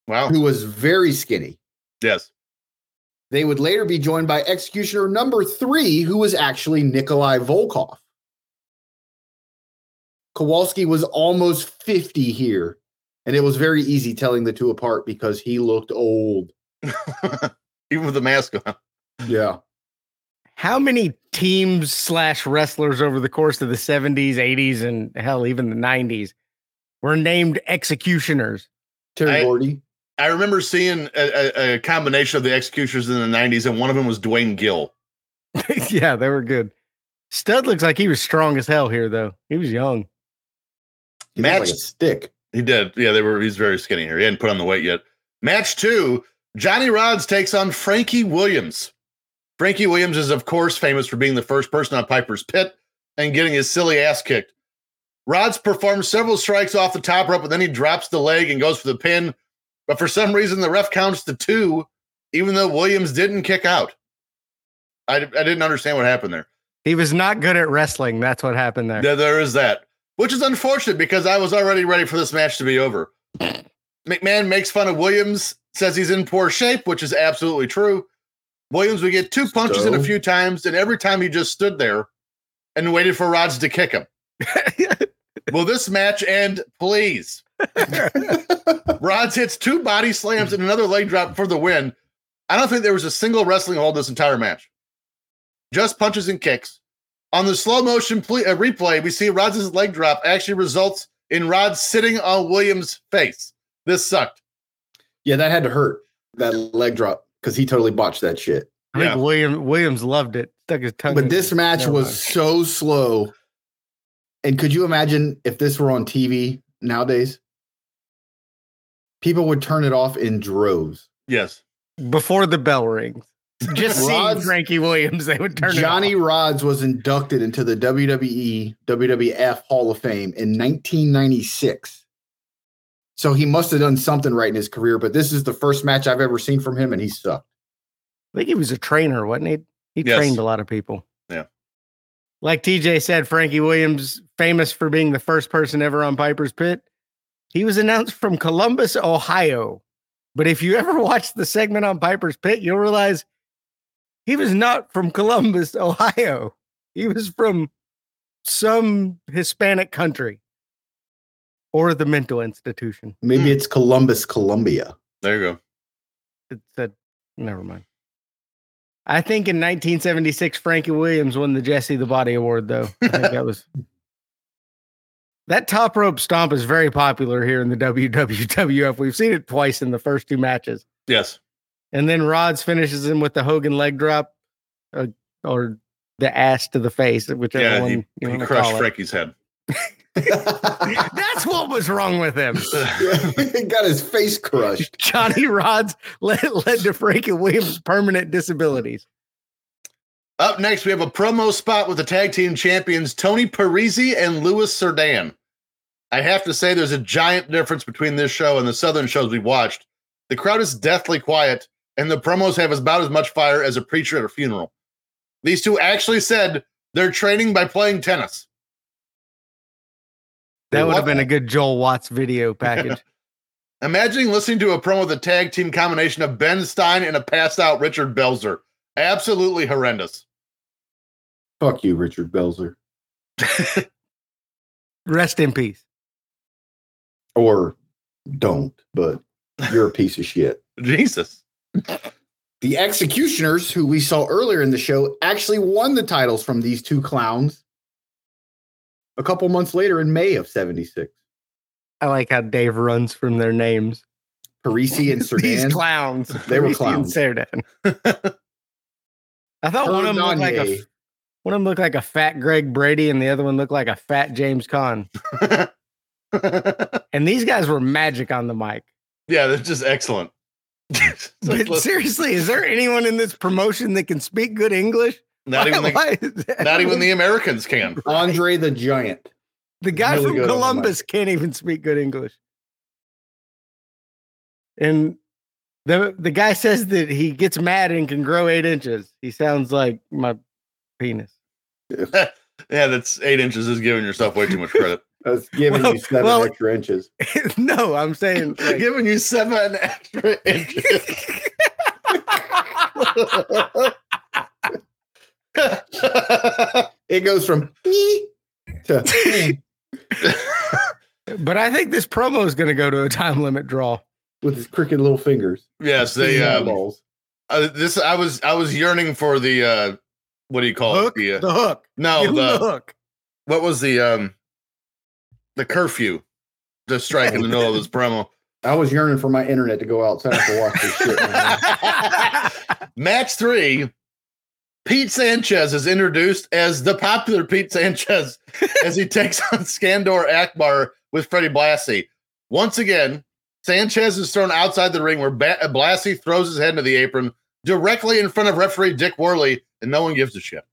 Speaker 1: Wow.
Speaker 2: who was very skinny.
Speaker 1: Yes.
Speaker 2: They would later be joined by executioner number three, who was actually Nikolai Volkov. Kowalski was almost 50 here, and it was very easy telling the two apart because he looked old.
Speaker 1: Even with the mask on.
Speaker 2: Yeah.
Speaker 3: How many teams slash wrestlers over the course of the seventies, eighties, and hell, even the nineties were named executioners?
Speaker 2: Terry
Speaker 1: I-
Speaker 2: Gordy.
Speaker 1: I remember seeing a, a, a combination of the executioners in the 90s, and one of them was Dwayne Gill.
Speaker 3: yeah, they were good. Stud looks like he was strong as hell here, though. He was young.
Speaker 2: He looked like
Speaker 1: Match-
Speaker 2: a stick.
Speaker 1: He did. Yeah, they were. He's very skinny here. He hadn't put on the weight yet. Match two: Johnny Rods takes on Frankie Williams. Frankie Williams is, of course, famous for being the first person on Piper's Pit and getting his silly ass kicked. Rods performs several strikes off the top rope, and then he drops the leg and goes for the pin. But for some reason, the ref counts to two, even though Williams didn't kick out. I, I didn't understand what happened there.
Speaker 3: He was not good at wrestling. That's what happened there.
Speaker 1: There, there is that, which is unfortunate because I was already ready for this match to be over. McMahon makes fun of Williams, says he's in poor shape, which is absolutely true. Williams would get two punches in a
Speaker 2: So?
Speaker 1: few times, and every time he just stood there and waited for Rods to kick him. Will this match end, please? Rods hits two body slams and another leg drop for the win. I don't think there was a single wrestling hold this entire match. Just punches and kicks. On the slow motion ple- uh, replay, we see Rod's leg drop actually results in Rod sitting on Williams' face. This sucked.
Speaker 2: Yeah, that had to hurt that leg drop because he totally botched that shit.
Speaker 3: I think
Speaker 1: Yeah.
Speaker 3: William Williams loved it. Stuck his tongue. in
Speaker 2: But
Speaker 3: it.
Speaker 2: this match
Speaker 3: Never
Speaker 2: was
Speaker 3: mind.
Speaker 2: so slow. And could you imagine if this were on TV nowadays? People would turn it off in droves.
Speaker 1: Yes.
Speaker 3: before the bell rings. Just seeing
Speaker 2: Rod's-
Speaker 3: Frankie Williams, they would turn
Speaker 2: Johnny
Speaker 3: It off.
Speaker 2: Rods was inducted into the E WWE WWF Hall of Fame in 1996. So he must have done something right in his career, but this is the first match I've ever seen from him, and he sucked.
Speaker 3: I think he was a trainer, wasn't he? He
Speaker 1: Yes.
Speaker 3: trained a lot of people.
Speaker 1: Yeah.
Speaker 3: Like TJ said, Frankie Williams, famous for being the first person ever on Piper's Pit. He was announced from Columbus, Ohio. But if you ever watch the segment on Piper's Pit, you'll realize he was not from Columbus, Ohio. He was from some Hispanic country or the mental institution.
Speaker 2: Maybe it's Columbus, Columbia.
Speaker 1: There you go.
Speaker 3: it said never mind. I think in 1976, Frankie Williams won the Jesse the Body Award, though. I think that was that top rope stomp is very popular here in the WWF. We've seen it twice in the first two matches,
Speaker 1: Yes.
Speaker 3: and then Rods finishes him with the Hogan leg drop, uh, or the ass to the face, whichever
Speaker 1: Yeah,
Speaker 3: one
Speaker 1: he-
Speaker 3: you
Speaker 1: He
Speaker 3: wanna
Speaker 1: crushed
Speaker 3: call it.
Speaker 1: Frankie's head.
Speaker 3: That's what was wrong with him.
Speaker 2: he got his face crushed.
Speaker 3: Johnny Rods led, led to Frankie Williams' permanent disabilities.
Speaker 1: Up next, we have a promo spot with the tag team champions Tony Parisi and Louis Serdan. I have to say, there's a giant difference between this show and the Southern shows we watched. The crowd is deathly quiet, and the promos have about as much fire as a preacher at a funeral. These two actually said they're training by playing tennis.
Speaker 3: That would
Speaker 1: What
Speaker 3: have been a good Joel Watts video package.
Speaker 1: Imagine listening to a promo with a tag team combination of Ben Stein and a passed out Richard Belzer. Absolutely horrendous.
Speaker 2: Fuck you, Richard Belzer.
Speaker 3: Rest in peace.
Speaker 2: Or don't, but you're a piece of shit.
Speaker 1: Jesus.
Speaker 2: The executioners, who we saw earlier in the show, actually won the titles from these two clowns a couple months later in May of 76.
Speaker 3: I like how Dave runs from their names.
Speaker 2: Parisi and
Speaker 3: These
Speaker 2: Serdan.
Speaker 3: clowns.
Speaker 2: They were
Speaker 3: Reese and
Speaker 2: clowns.
Speaker 3: Serdan. I thought one of them looked like a
Speaker 2: Hernández.
Speaker 3: one of them looked like a fat Greg Brady, and the other one looked like a fat James Conn. And these guys were magic on the mic.
Speaker 1: Yeah, that's just excellent. It's like,
Speaker 3: But
Speaker 1: look,
Speaker 3: seriously, is there anyone in this promotion that can speak good English?
Speaker 1: not even the,
Speaker 3: Why is that?
Speaker 1: not even the Americans can.
Speaker 2: Andre the Giant.
Speaker 3: The guy
Speaker 2: really
Speaker 3: from
Speaker 2: good on the mic.
Speaker 3: Columbus can't even speak good English. And the the guy says that he gets mad and can grow eight inches. He sounds like my penis.
Speaker 1: Yeah, that's eight inches is giving yourself way too much credit.
Speaker 2: That's giving
Speaker 3: Well-
Speaker 2: you seven
Speaker 3: well-
Speaker 2: extra inches.
Speaker 3: no, I'm saying like,
Speaker 1: giving you seven extra inches.
Speaker 2: It goes from ee to ee
Speaker 3: but I think this promo is going to go to a time limit draw.
Speaker 2: with his crooked little fingers.
Speaker 1: yes, they.
Speaker 2: His
Speaker 1: Um,
Speaker 2: eyeballs.
Speaker 1: uh, this I was I was yearning for the. Uh, what do you call
Speaker 3: Hook?
Speaker 1: it? The, uh,
Speaker 3: The hook.
Speaker 1: no,
Speaker 3: Give him
Speaker 1: the
Speaker 3: the hook.
Speaker 1: what was the um, the curfew, the strike in the middle of this promo.
Speaker 2: I was yearning for my internet to go outside to watch this shit. man.
Speaker 1: Match three. Pete Sanchez is introduced as the popular Pete Sanchez as he takes on Skandor Akbar with Freddie Blassie. Once again, Sanchez is thrown outside the ring where ba- Blassie throws his head into the apron directly in front of referee Dick Worley, and no one gives a shit.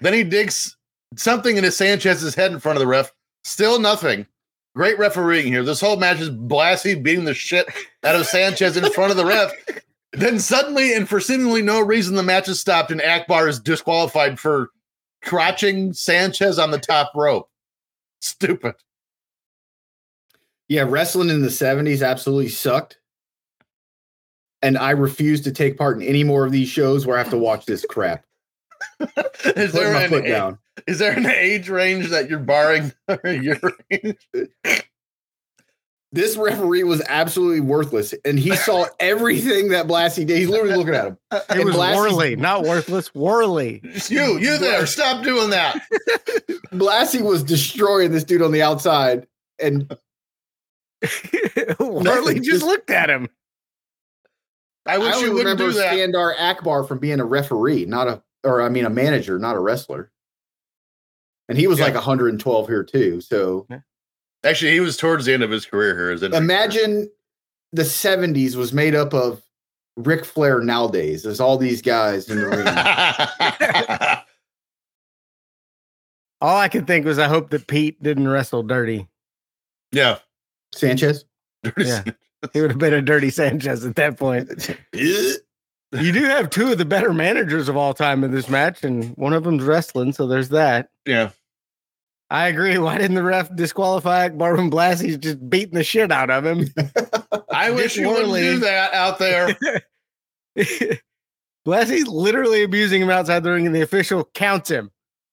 Speaker 1: Then he digs something into Sanchez's head in front of the ref. Still nothing. Great refereeing here. This whole match is Blassie beating the shit out of Sanchez in front of the ref. Then suddenly, and for seemingly no reason, the match is stopped, and Akbar is disqualified for crotching Sanchez on the top rope. Stupid.
Speaker 2: Yeah, wrestling in the 70s absolutely sucked. And I refuse to take part in any more of these shows where I have to watch this crap.
Speaker 1: Is
Speaker 2: Put
Speaker 1: there,
Speaker 2: my
Speaker 1: an,
Speaker 2: foot
Speaker 1: a-
Speaker 2: down.
Speaker 1: is there an age range that you're barring? your
Speaker 2: This referee was absolutely worthless, and he saw everything that Blassie did. He's literally looking at him.
Speaker 3: It
Speaker 2: And
Speaker 3: was
Speaker 2: Blassie's-
Speaker 3: Worley, not worthless. Worley.
Speaker 1: you, you there, stop doing that.
Speaker 2: Blassie was destroying this dude on the outside, and
Speaker 3: Worley just
Speaker 2: just-
Speaker 3: looked at him.
Speaker 1: I wish
Speaker 2: I
Speaker 1: you
Speaker 2: would
Speaker 1: wouldn't
Speaker 2: remember
Speaker 1: do that.
Speaker 2: Skandar Akbar from being a referee, not a, or I mean, a manager, not a wrestler. And he was
Speaker 1: Yeah.
Speaker 2: like 112 here too. So
Speaker 1: Actually, he was towards the end of his career here. Is it?
Speaker 2: imagine the 70s was made up of Ric Flair nowadays. There's all these guys in the ring.
Speaker 3: All I could think was, I hope that Pete didn't wrestle dirty.
Speaker 1: yeah.
Speaker 2: Sanchez.
Speaker 3: Yeah. He would have been a dirty Sanchez at that point. You do have two of the better managers of all time in this match, and one of them's wrestling, so there's that.
Speaker 1: Yeah.
Speaker 3: I agree. Why didn't the ref disqualify Akbar when Blassie's just beating the shit out of him?
Speaker 1: I
Speaker 3: Dick
Speaker 1: wish you wouldn't
Speaker 3: Worley.
Speaker 1: do that out there.
Speaker 3: Blassie's literally abusing him outside the ring, and the official counts him.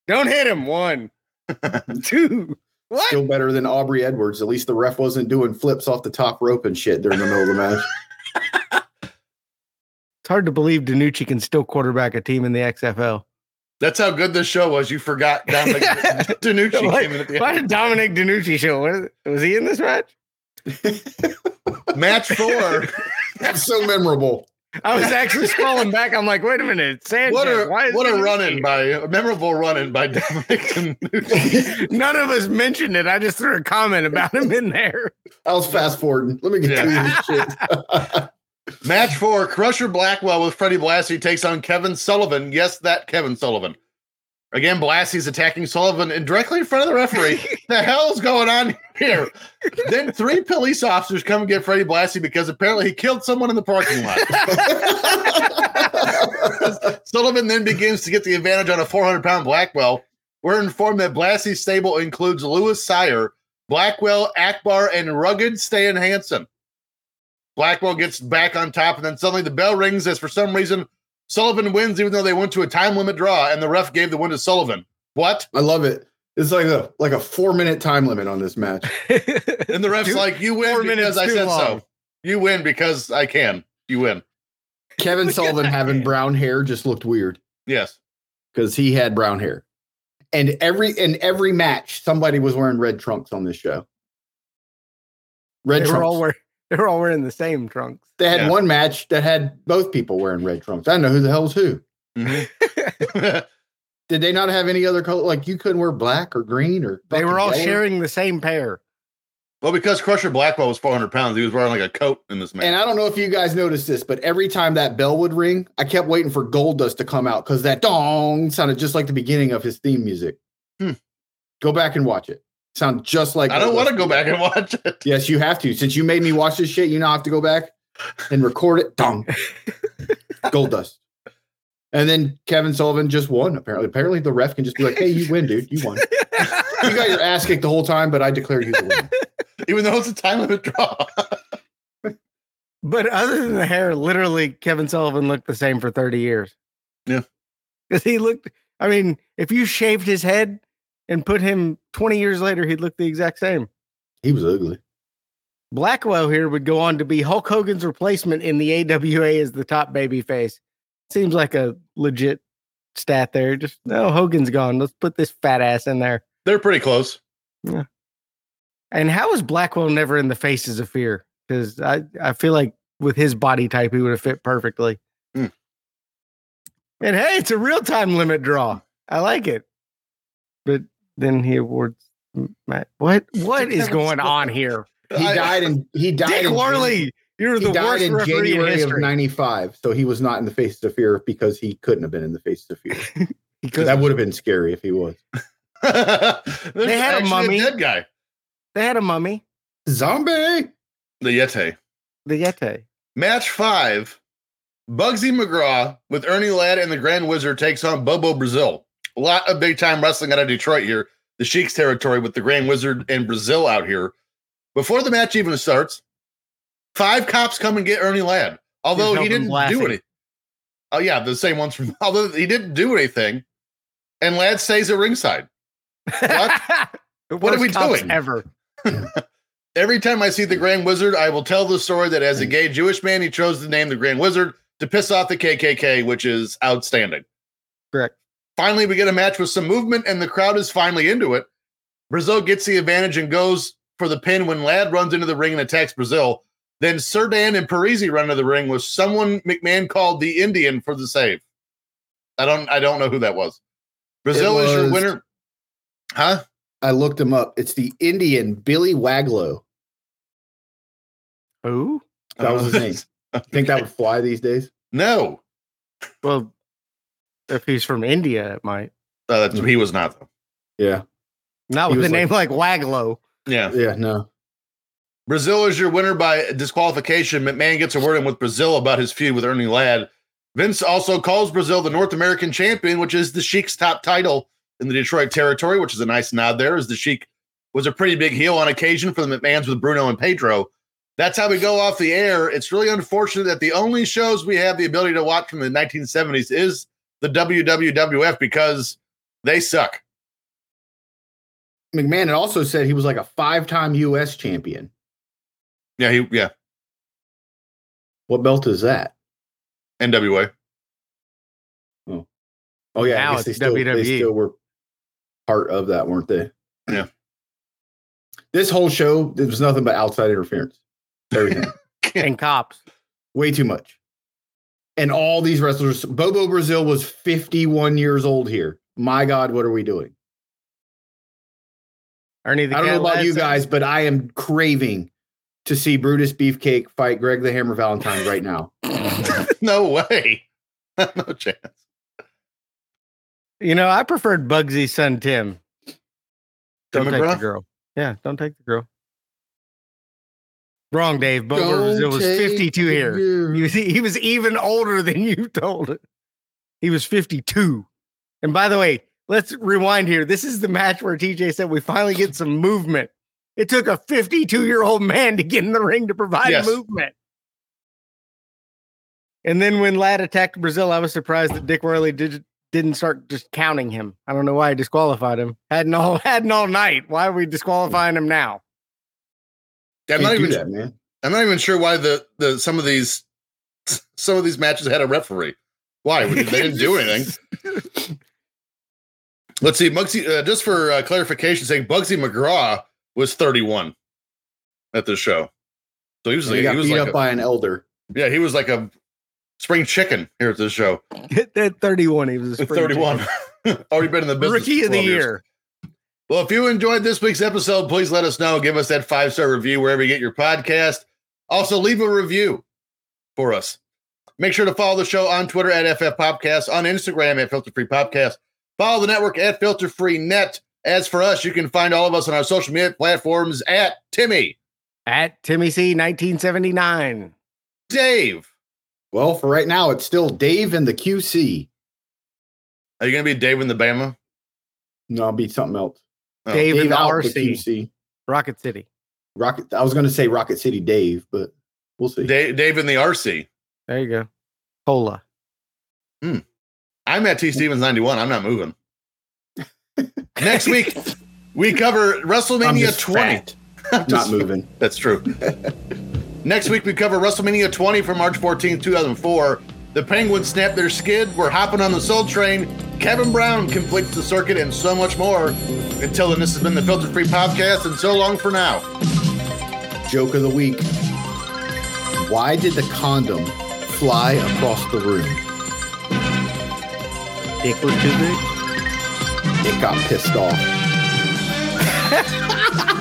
Speaker 3: Don't hit him. One, two. What?
Speaker 2: Still better than Aubrey Edwards. At least the ref wasn't doing flips off the top rope and shit during the middle of the match.
Speaker 3: It's hard to believe Danucci can still quarterback a team in the XFL.
Speaker 1: That's how good this show was. You forgot Dominic Danucci came in at the end.
Speaker 3: Why did Dominic Danucci show? What is- was he in this match?
Speaker 1: Match four.
Speaker 2: That's so memorable.
Speaker 3: I was actually scrolling back. I'm like, wait a minute, Sanchez.
Speaker 1: what a
Speaker 3: why is
Speaker 1: what a
Speaker 3: Danucci-
Speaker 1: run in by a memorable run in by Dominic Danucci.
Speaker 3: None of us mentioned it. I just threw a comment about him in there.
Speaker 2: I was fast forwarding. Let me get
Speaker 1: Yeah.
Speaker 2: through this shit.
Speaker 1: Match four: Crusher Blackwell with Freddie Blassie takes on Kevin Sullivan. Yes, that Kevin Sullivan. Again, Blassie's attacking Sullivan and directly in front of the referee. the hell's going on? Here. then three police officers come and get Freddie Blassie because apparently he killed someone in the parking lot. Sullivan then begins to get the advantage on a 400 pound Blackwell. We're informed that Blassie's stable includes Lewis Sire, Blackwell, Akbar, and rugged Stan Hansen. Blackwell gets back on top, and then suddenly the bell rings as for some reason Sullivan wins, even though they went to a time limit draw, and the ref gave the win to Sullivan. What?
Speaker 2: I love it. It's like a like a four minute time limit on this match.
Speaker 1: And the ref's
Speaker 3: Dude,
Speaker 1: like, "You win
Speaker 3: four
Speaker 1: because
Speaker 3: minutes
Speaker 1: I
Speaker 3: too
Speaker 1: said
Speaker 3: long.
Speaker 1: so. You win because I can. You win."
Speaker 2: Kevin Sullivan having brown hair just looked weird
Speaker 1: Yes.
Speaker 2: because he had brown hair. And every in every match, somebody was wearing red trunks on this show. Red
Speaker 3: they were
Speaker 2: trunks.
Speaker 3: all wearing they were all wearing the same trunks.
Speaker 2: they had
Speaker 1: yeah.
Speaker 2: one match that had both people wearing red trunks. I don't know who the hell's who. Did they not have any other color? Like you couldn't wear black or green or
Speaker 3: They were all
Speaker 2: fucking yellow?
Speaker 3: sharing the same pair.
Speaker 1: well, because Crusher Blackwell was 400 pounds, he was wearing like a coat in this
Speaker 2: And
Speaker 1: match.
Speaker 2: I don't know if you guys noticed this, but every time that bell would ring, I kept waiting for Gold Dust to come out because that dong sounded just like the beginning of his theme music.
Speaker 1: Hmm.
Speaker 2: Go back and watch it. Sound just like
Speaker 1: I, don't want
Speaker 2: Goldust.
Speaker 1: to go back and watch it.
Speaker 2: Yes, you have to. Since you made me watch this shit, you now have to go back and record it. Dong. Gold dust. And then Kevin Sullivan just won, apparently. Apparently the ref can just be like, hey, you win, dude. You won. You got your ass kicked the whole time, but I declare you the winner.
Speaker 1: even though it's a time limit draw.
Speaker 3: But other than the hair, literally Kevin Sullivan looked the same for 30 years.
Speaker 1: Yeah.
Speaker 3: Because he looked, I mean, if you shaved his head and put him 20 years later, he'd look the exact same.
Speaker 2: He was ugly.
Speaker 3: Blackwell here would go on to be Hulk Hogan's replacement in the AWA as the top baby face. Seems like a legit stat there. Just no, Hogan's gone. Let's put this fat ass in there.
Speaker 1: They're pretty close.
Speaker 3: And how is Blackwell never in the faces of fear? Because I, I feel like with his body type, he would have fit perfectly.
Speaker 1: Hmm.
Speaker 3: And hey, it's a real time limit draw. I like it. But then he awards Matt. What what is going on here?
Speaker 2: He
Speaker 1: I-
Speaker 2: died in he died
Speaker 3: Uh, Dick
Speaker 2: in
Speaker 3: Larley, you're
Speaker 2: He
Speaker 3: the
Speaker 2: died
Speaker 3: worst
Speaker 2: in
Speaker 3: referee in
Speaker 2: January of
Speaker 3: history.
Speaker 2: '95, so he was not in the faces of fear because he couldn't have been in the faces of fear.
Speaker 3: He goes-
Speaker 2: that would have been scary if he was.
Speaker 1: they
Speaker 3: had a mummy.
Speaker 1: dead guy,
Speaker 3: they had a mummy,
Speaker 2: Zombie.
Speaker 1: the Yeti.
Speaker 3: the Yeti.
Speaker 1: Match five: Bugsy McGraw with Ernie Ladd and the Grand Wizard takes on Bobo Brazil. A lot of big time wrestling out of Detroit here, the Sheik's territory with the Grand Wizard and Brazil out here. Before the match even starts, five cops come and get Ernie Ladd. Although he
Speaker 3: helping
Speaker 1: didn't
Speaker 3: Blassie.
Speaker 1: do anything. Oh yeah, the same ones from. Although he didn't do anything, and Ladd stays at ringside. What?
Speaker 3: The
Speaker 1: What are
Speaker 3: worst
Speaker 1: we
Speaker 3: cops
Speaker 1: doing?
Speaker 3: Ever.
Speaker 1: Every time I see the Grand Wizard, I will tell the story that
Speaker 2: Mm.
Speaker 1: as a gay Jewish man, he chose the name the Grand Wizard to piss off the KKK, which is outstanding.
Speaker 3: Correct.
Speaker 1: Finally, we get a match with some movement, and the crowd is finally into it. Brazil gets the advantage and goes for the pin when Ladd runs into the ring and attacks Brazil. Then Serdan and Parisi run to the ring with someone McMahon called the Indian for the save. I don't I don't know who that was. Brazil is your
Speaker 2: was-
Speaker 1: winner. Huh?
Speaker 2: I looked him up. It's the Indian Billy Waglow.
Speaker 3: Who?
Speaker 2: That was his
Speaker 3: Uh,
Speaker 2: name. Think that would fly these days?
Speaker 1: No.
Speaker 3: Well, if he's from India, it might.
Speaker 1: Uh, that's, he was not though.
Speaker 2: Yeah.
Speaker 3: Not
Speaker 2: He
Speaker 3: with a
Speaker 2: was like-
Speaker 3: name like Waglow.
Speaker 1: Yeah.
Speaker 2: Yeah. No.
Speaker 1: Brazil is your winner by disqualification. McMahon gets a word in with Brazil about his feud with Ernie Ladd. Vince also calls Brazil the North American champion, which is the Sheik's top title in the Detroit territory, which is a nice nod there, as the Sheik was a pretty big heel on occasion for the McMahons with Bruno and Pedro. That's how we go off the air. It's really unfortunate that the only shows we have the ability to watch from the 1970s is the WWWF because they suck.
Speaker 2: McMahon had also said he was like a five-time U.S. champion.
Speaker 1: Yeah, he, yeah,
Speaker 2: What belt is that?
Speaker 1: NWA.
Speaker 2: Oh yeah,
Speaker 3: Now
Speaker 2: I guess they
Speaker 3: it's E.
Speaker 2: still, they
Speaker 3: WWE.
Speaker 2: still were part of that, weren't they?
Speaker 1: Yeah.
Speaker 2: This whole show, it was nothing but outside interference. Everything.
Speaker 3: and cops.
Speaker 2: way too much. And all these wrestlers, Bobo Brazil was 51 years old here. My God, what are we doing?
Speaker 3: Ernie the
Speaker 2: I don't know
Speaker 3: Cat
Speaker 2: about you
Speaker 3: Ladson.
Speaker 2: guys, but I am craving to see Brutus Beefcake fight Greg the Hammer Valentine right now.
Speaker 1: no way. no chance.
Speaker 3: You know, I preferred Bugsy's son Tim.
Speaker 1: Tim
Speaker 3: Don't take the
Speaker 1: McGraw?
Speaker 3: girl. Yeah, don't take the girl. Wrong, Dave. Butler was, it
Speaker 2: Don't
Speaker 3: was
Speaker 2: take
Speaker 3: 52
Speaker 2: the
Speaker 3: here.
Speaker 2: girl.
Speaker 3: He was, he was even older than you told it. He was 52. And by the way, let's rewind here. This is the match where TJ said we finally get some movement. It took a 52 year old man to get in the ring to provide
Speaker 1: Yes.
Speaker 3: movement. And then when Ladd attacked Brazil, I was surprised that Dick Riley did, didn't start just counting him. I don't know why I disqualified him. Hadn't all hadn't all night. Why are we disqualifying him now?
Speaker 1: I'm not
Speaker 2: Can't do
Speaker 1: even
Speaker 2: that, man.
Speaker 1: I'm not even sure why the, the some of these some of these matches had a referee. Why they didn't do anything? Let's see, Mugsy. Uh, just for uh, clarification, saying Bugsy McGraw was 31 at this show, so he was
Speaker 2: he
Speaker 1: like,
Speaker 2: got
Speaker 1: he was
Speaker 2: beat
Speaker 1: like
Speaker 2: up
Speaker 1: a-
Speaker 2: by an elder.
Speaker 1: yeah, he was like a spring chicken here at this show.
Speaker 3: At 31, he was a spring
Speaker 1: 31,
Speaker 3: chicken.
Speaker 1: already been in the business
Speaker 3: rookie
Speaker 1: for
Speaker 3: of the
Speaker 1: 12 years.
Speaker 3: year.
Speaker 1: Well, if you enjoyed this week's episode, please let us know. Give us that five star review wherever you get your podcast. Also, leave a review for us. Make sure to follow the show on Twitter at FF Podcast, on Instagram at Filter Free Podcast. Follow the network at Filter Free Net. As for us, you can find all of us on our social media platforms at Timmy,
Speaker 3: At Timmy C 1979.
Speaker 1: Dave.
Speaker 2: Well, for right now, it's still Dave and the QC.
Speaker 1: Are you going to be Dave in the Bama?
Speaker 2: No, I'll be something else.
Speaker 1: Oh,
Speaker 3: Dave, and
Speaker 2: out the
Speaker 3: RC.
Speaker 2: QC.
Speaker 3: Rocket City.
Speaker 2: Rocket. I was going to say Rocket City Dave, but we'll see.
Speaker 1: Dave, Dave in the RC.
Speaker 3: There you go. Cola.
Speaker 1: I'm at T Stevens 91. I'm not moving. Next week, we cover
Speaker 2: I'm
Speaker 1: WrestleMania
Speaker 2: just
Speaker 1: 20.
Speaker 2: fat. Not moving.
Speaker 1: That's true. Next week, we cover WrestleMania 20 from March 14, 2004. The Penguins snap their skid. We're hopping on the Soul Train. Kevin Brown completes the circuit and so much more. Until then, this has been the Filter Free Podcast, and so long for now.
Speaker 2: Joke of the week. Why did the condom fly across the room?
Speaker 3: Dick was too big.
Speaker 2: It got pissed off.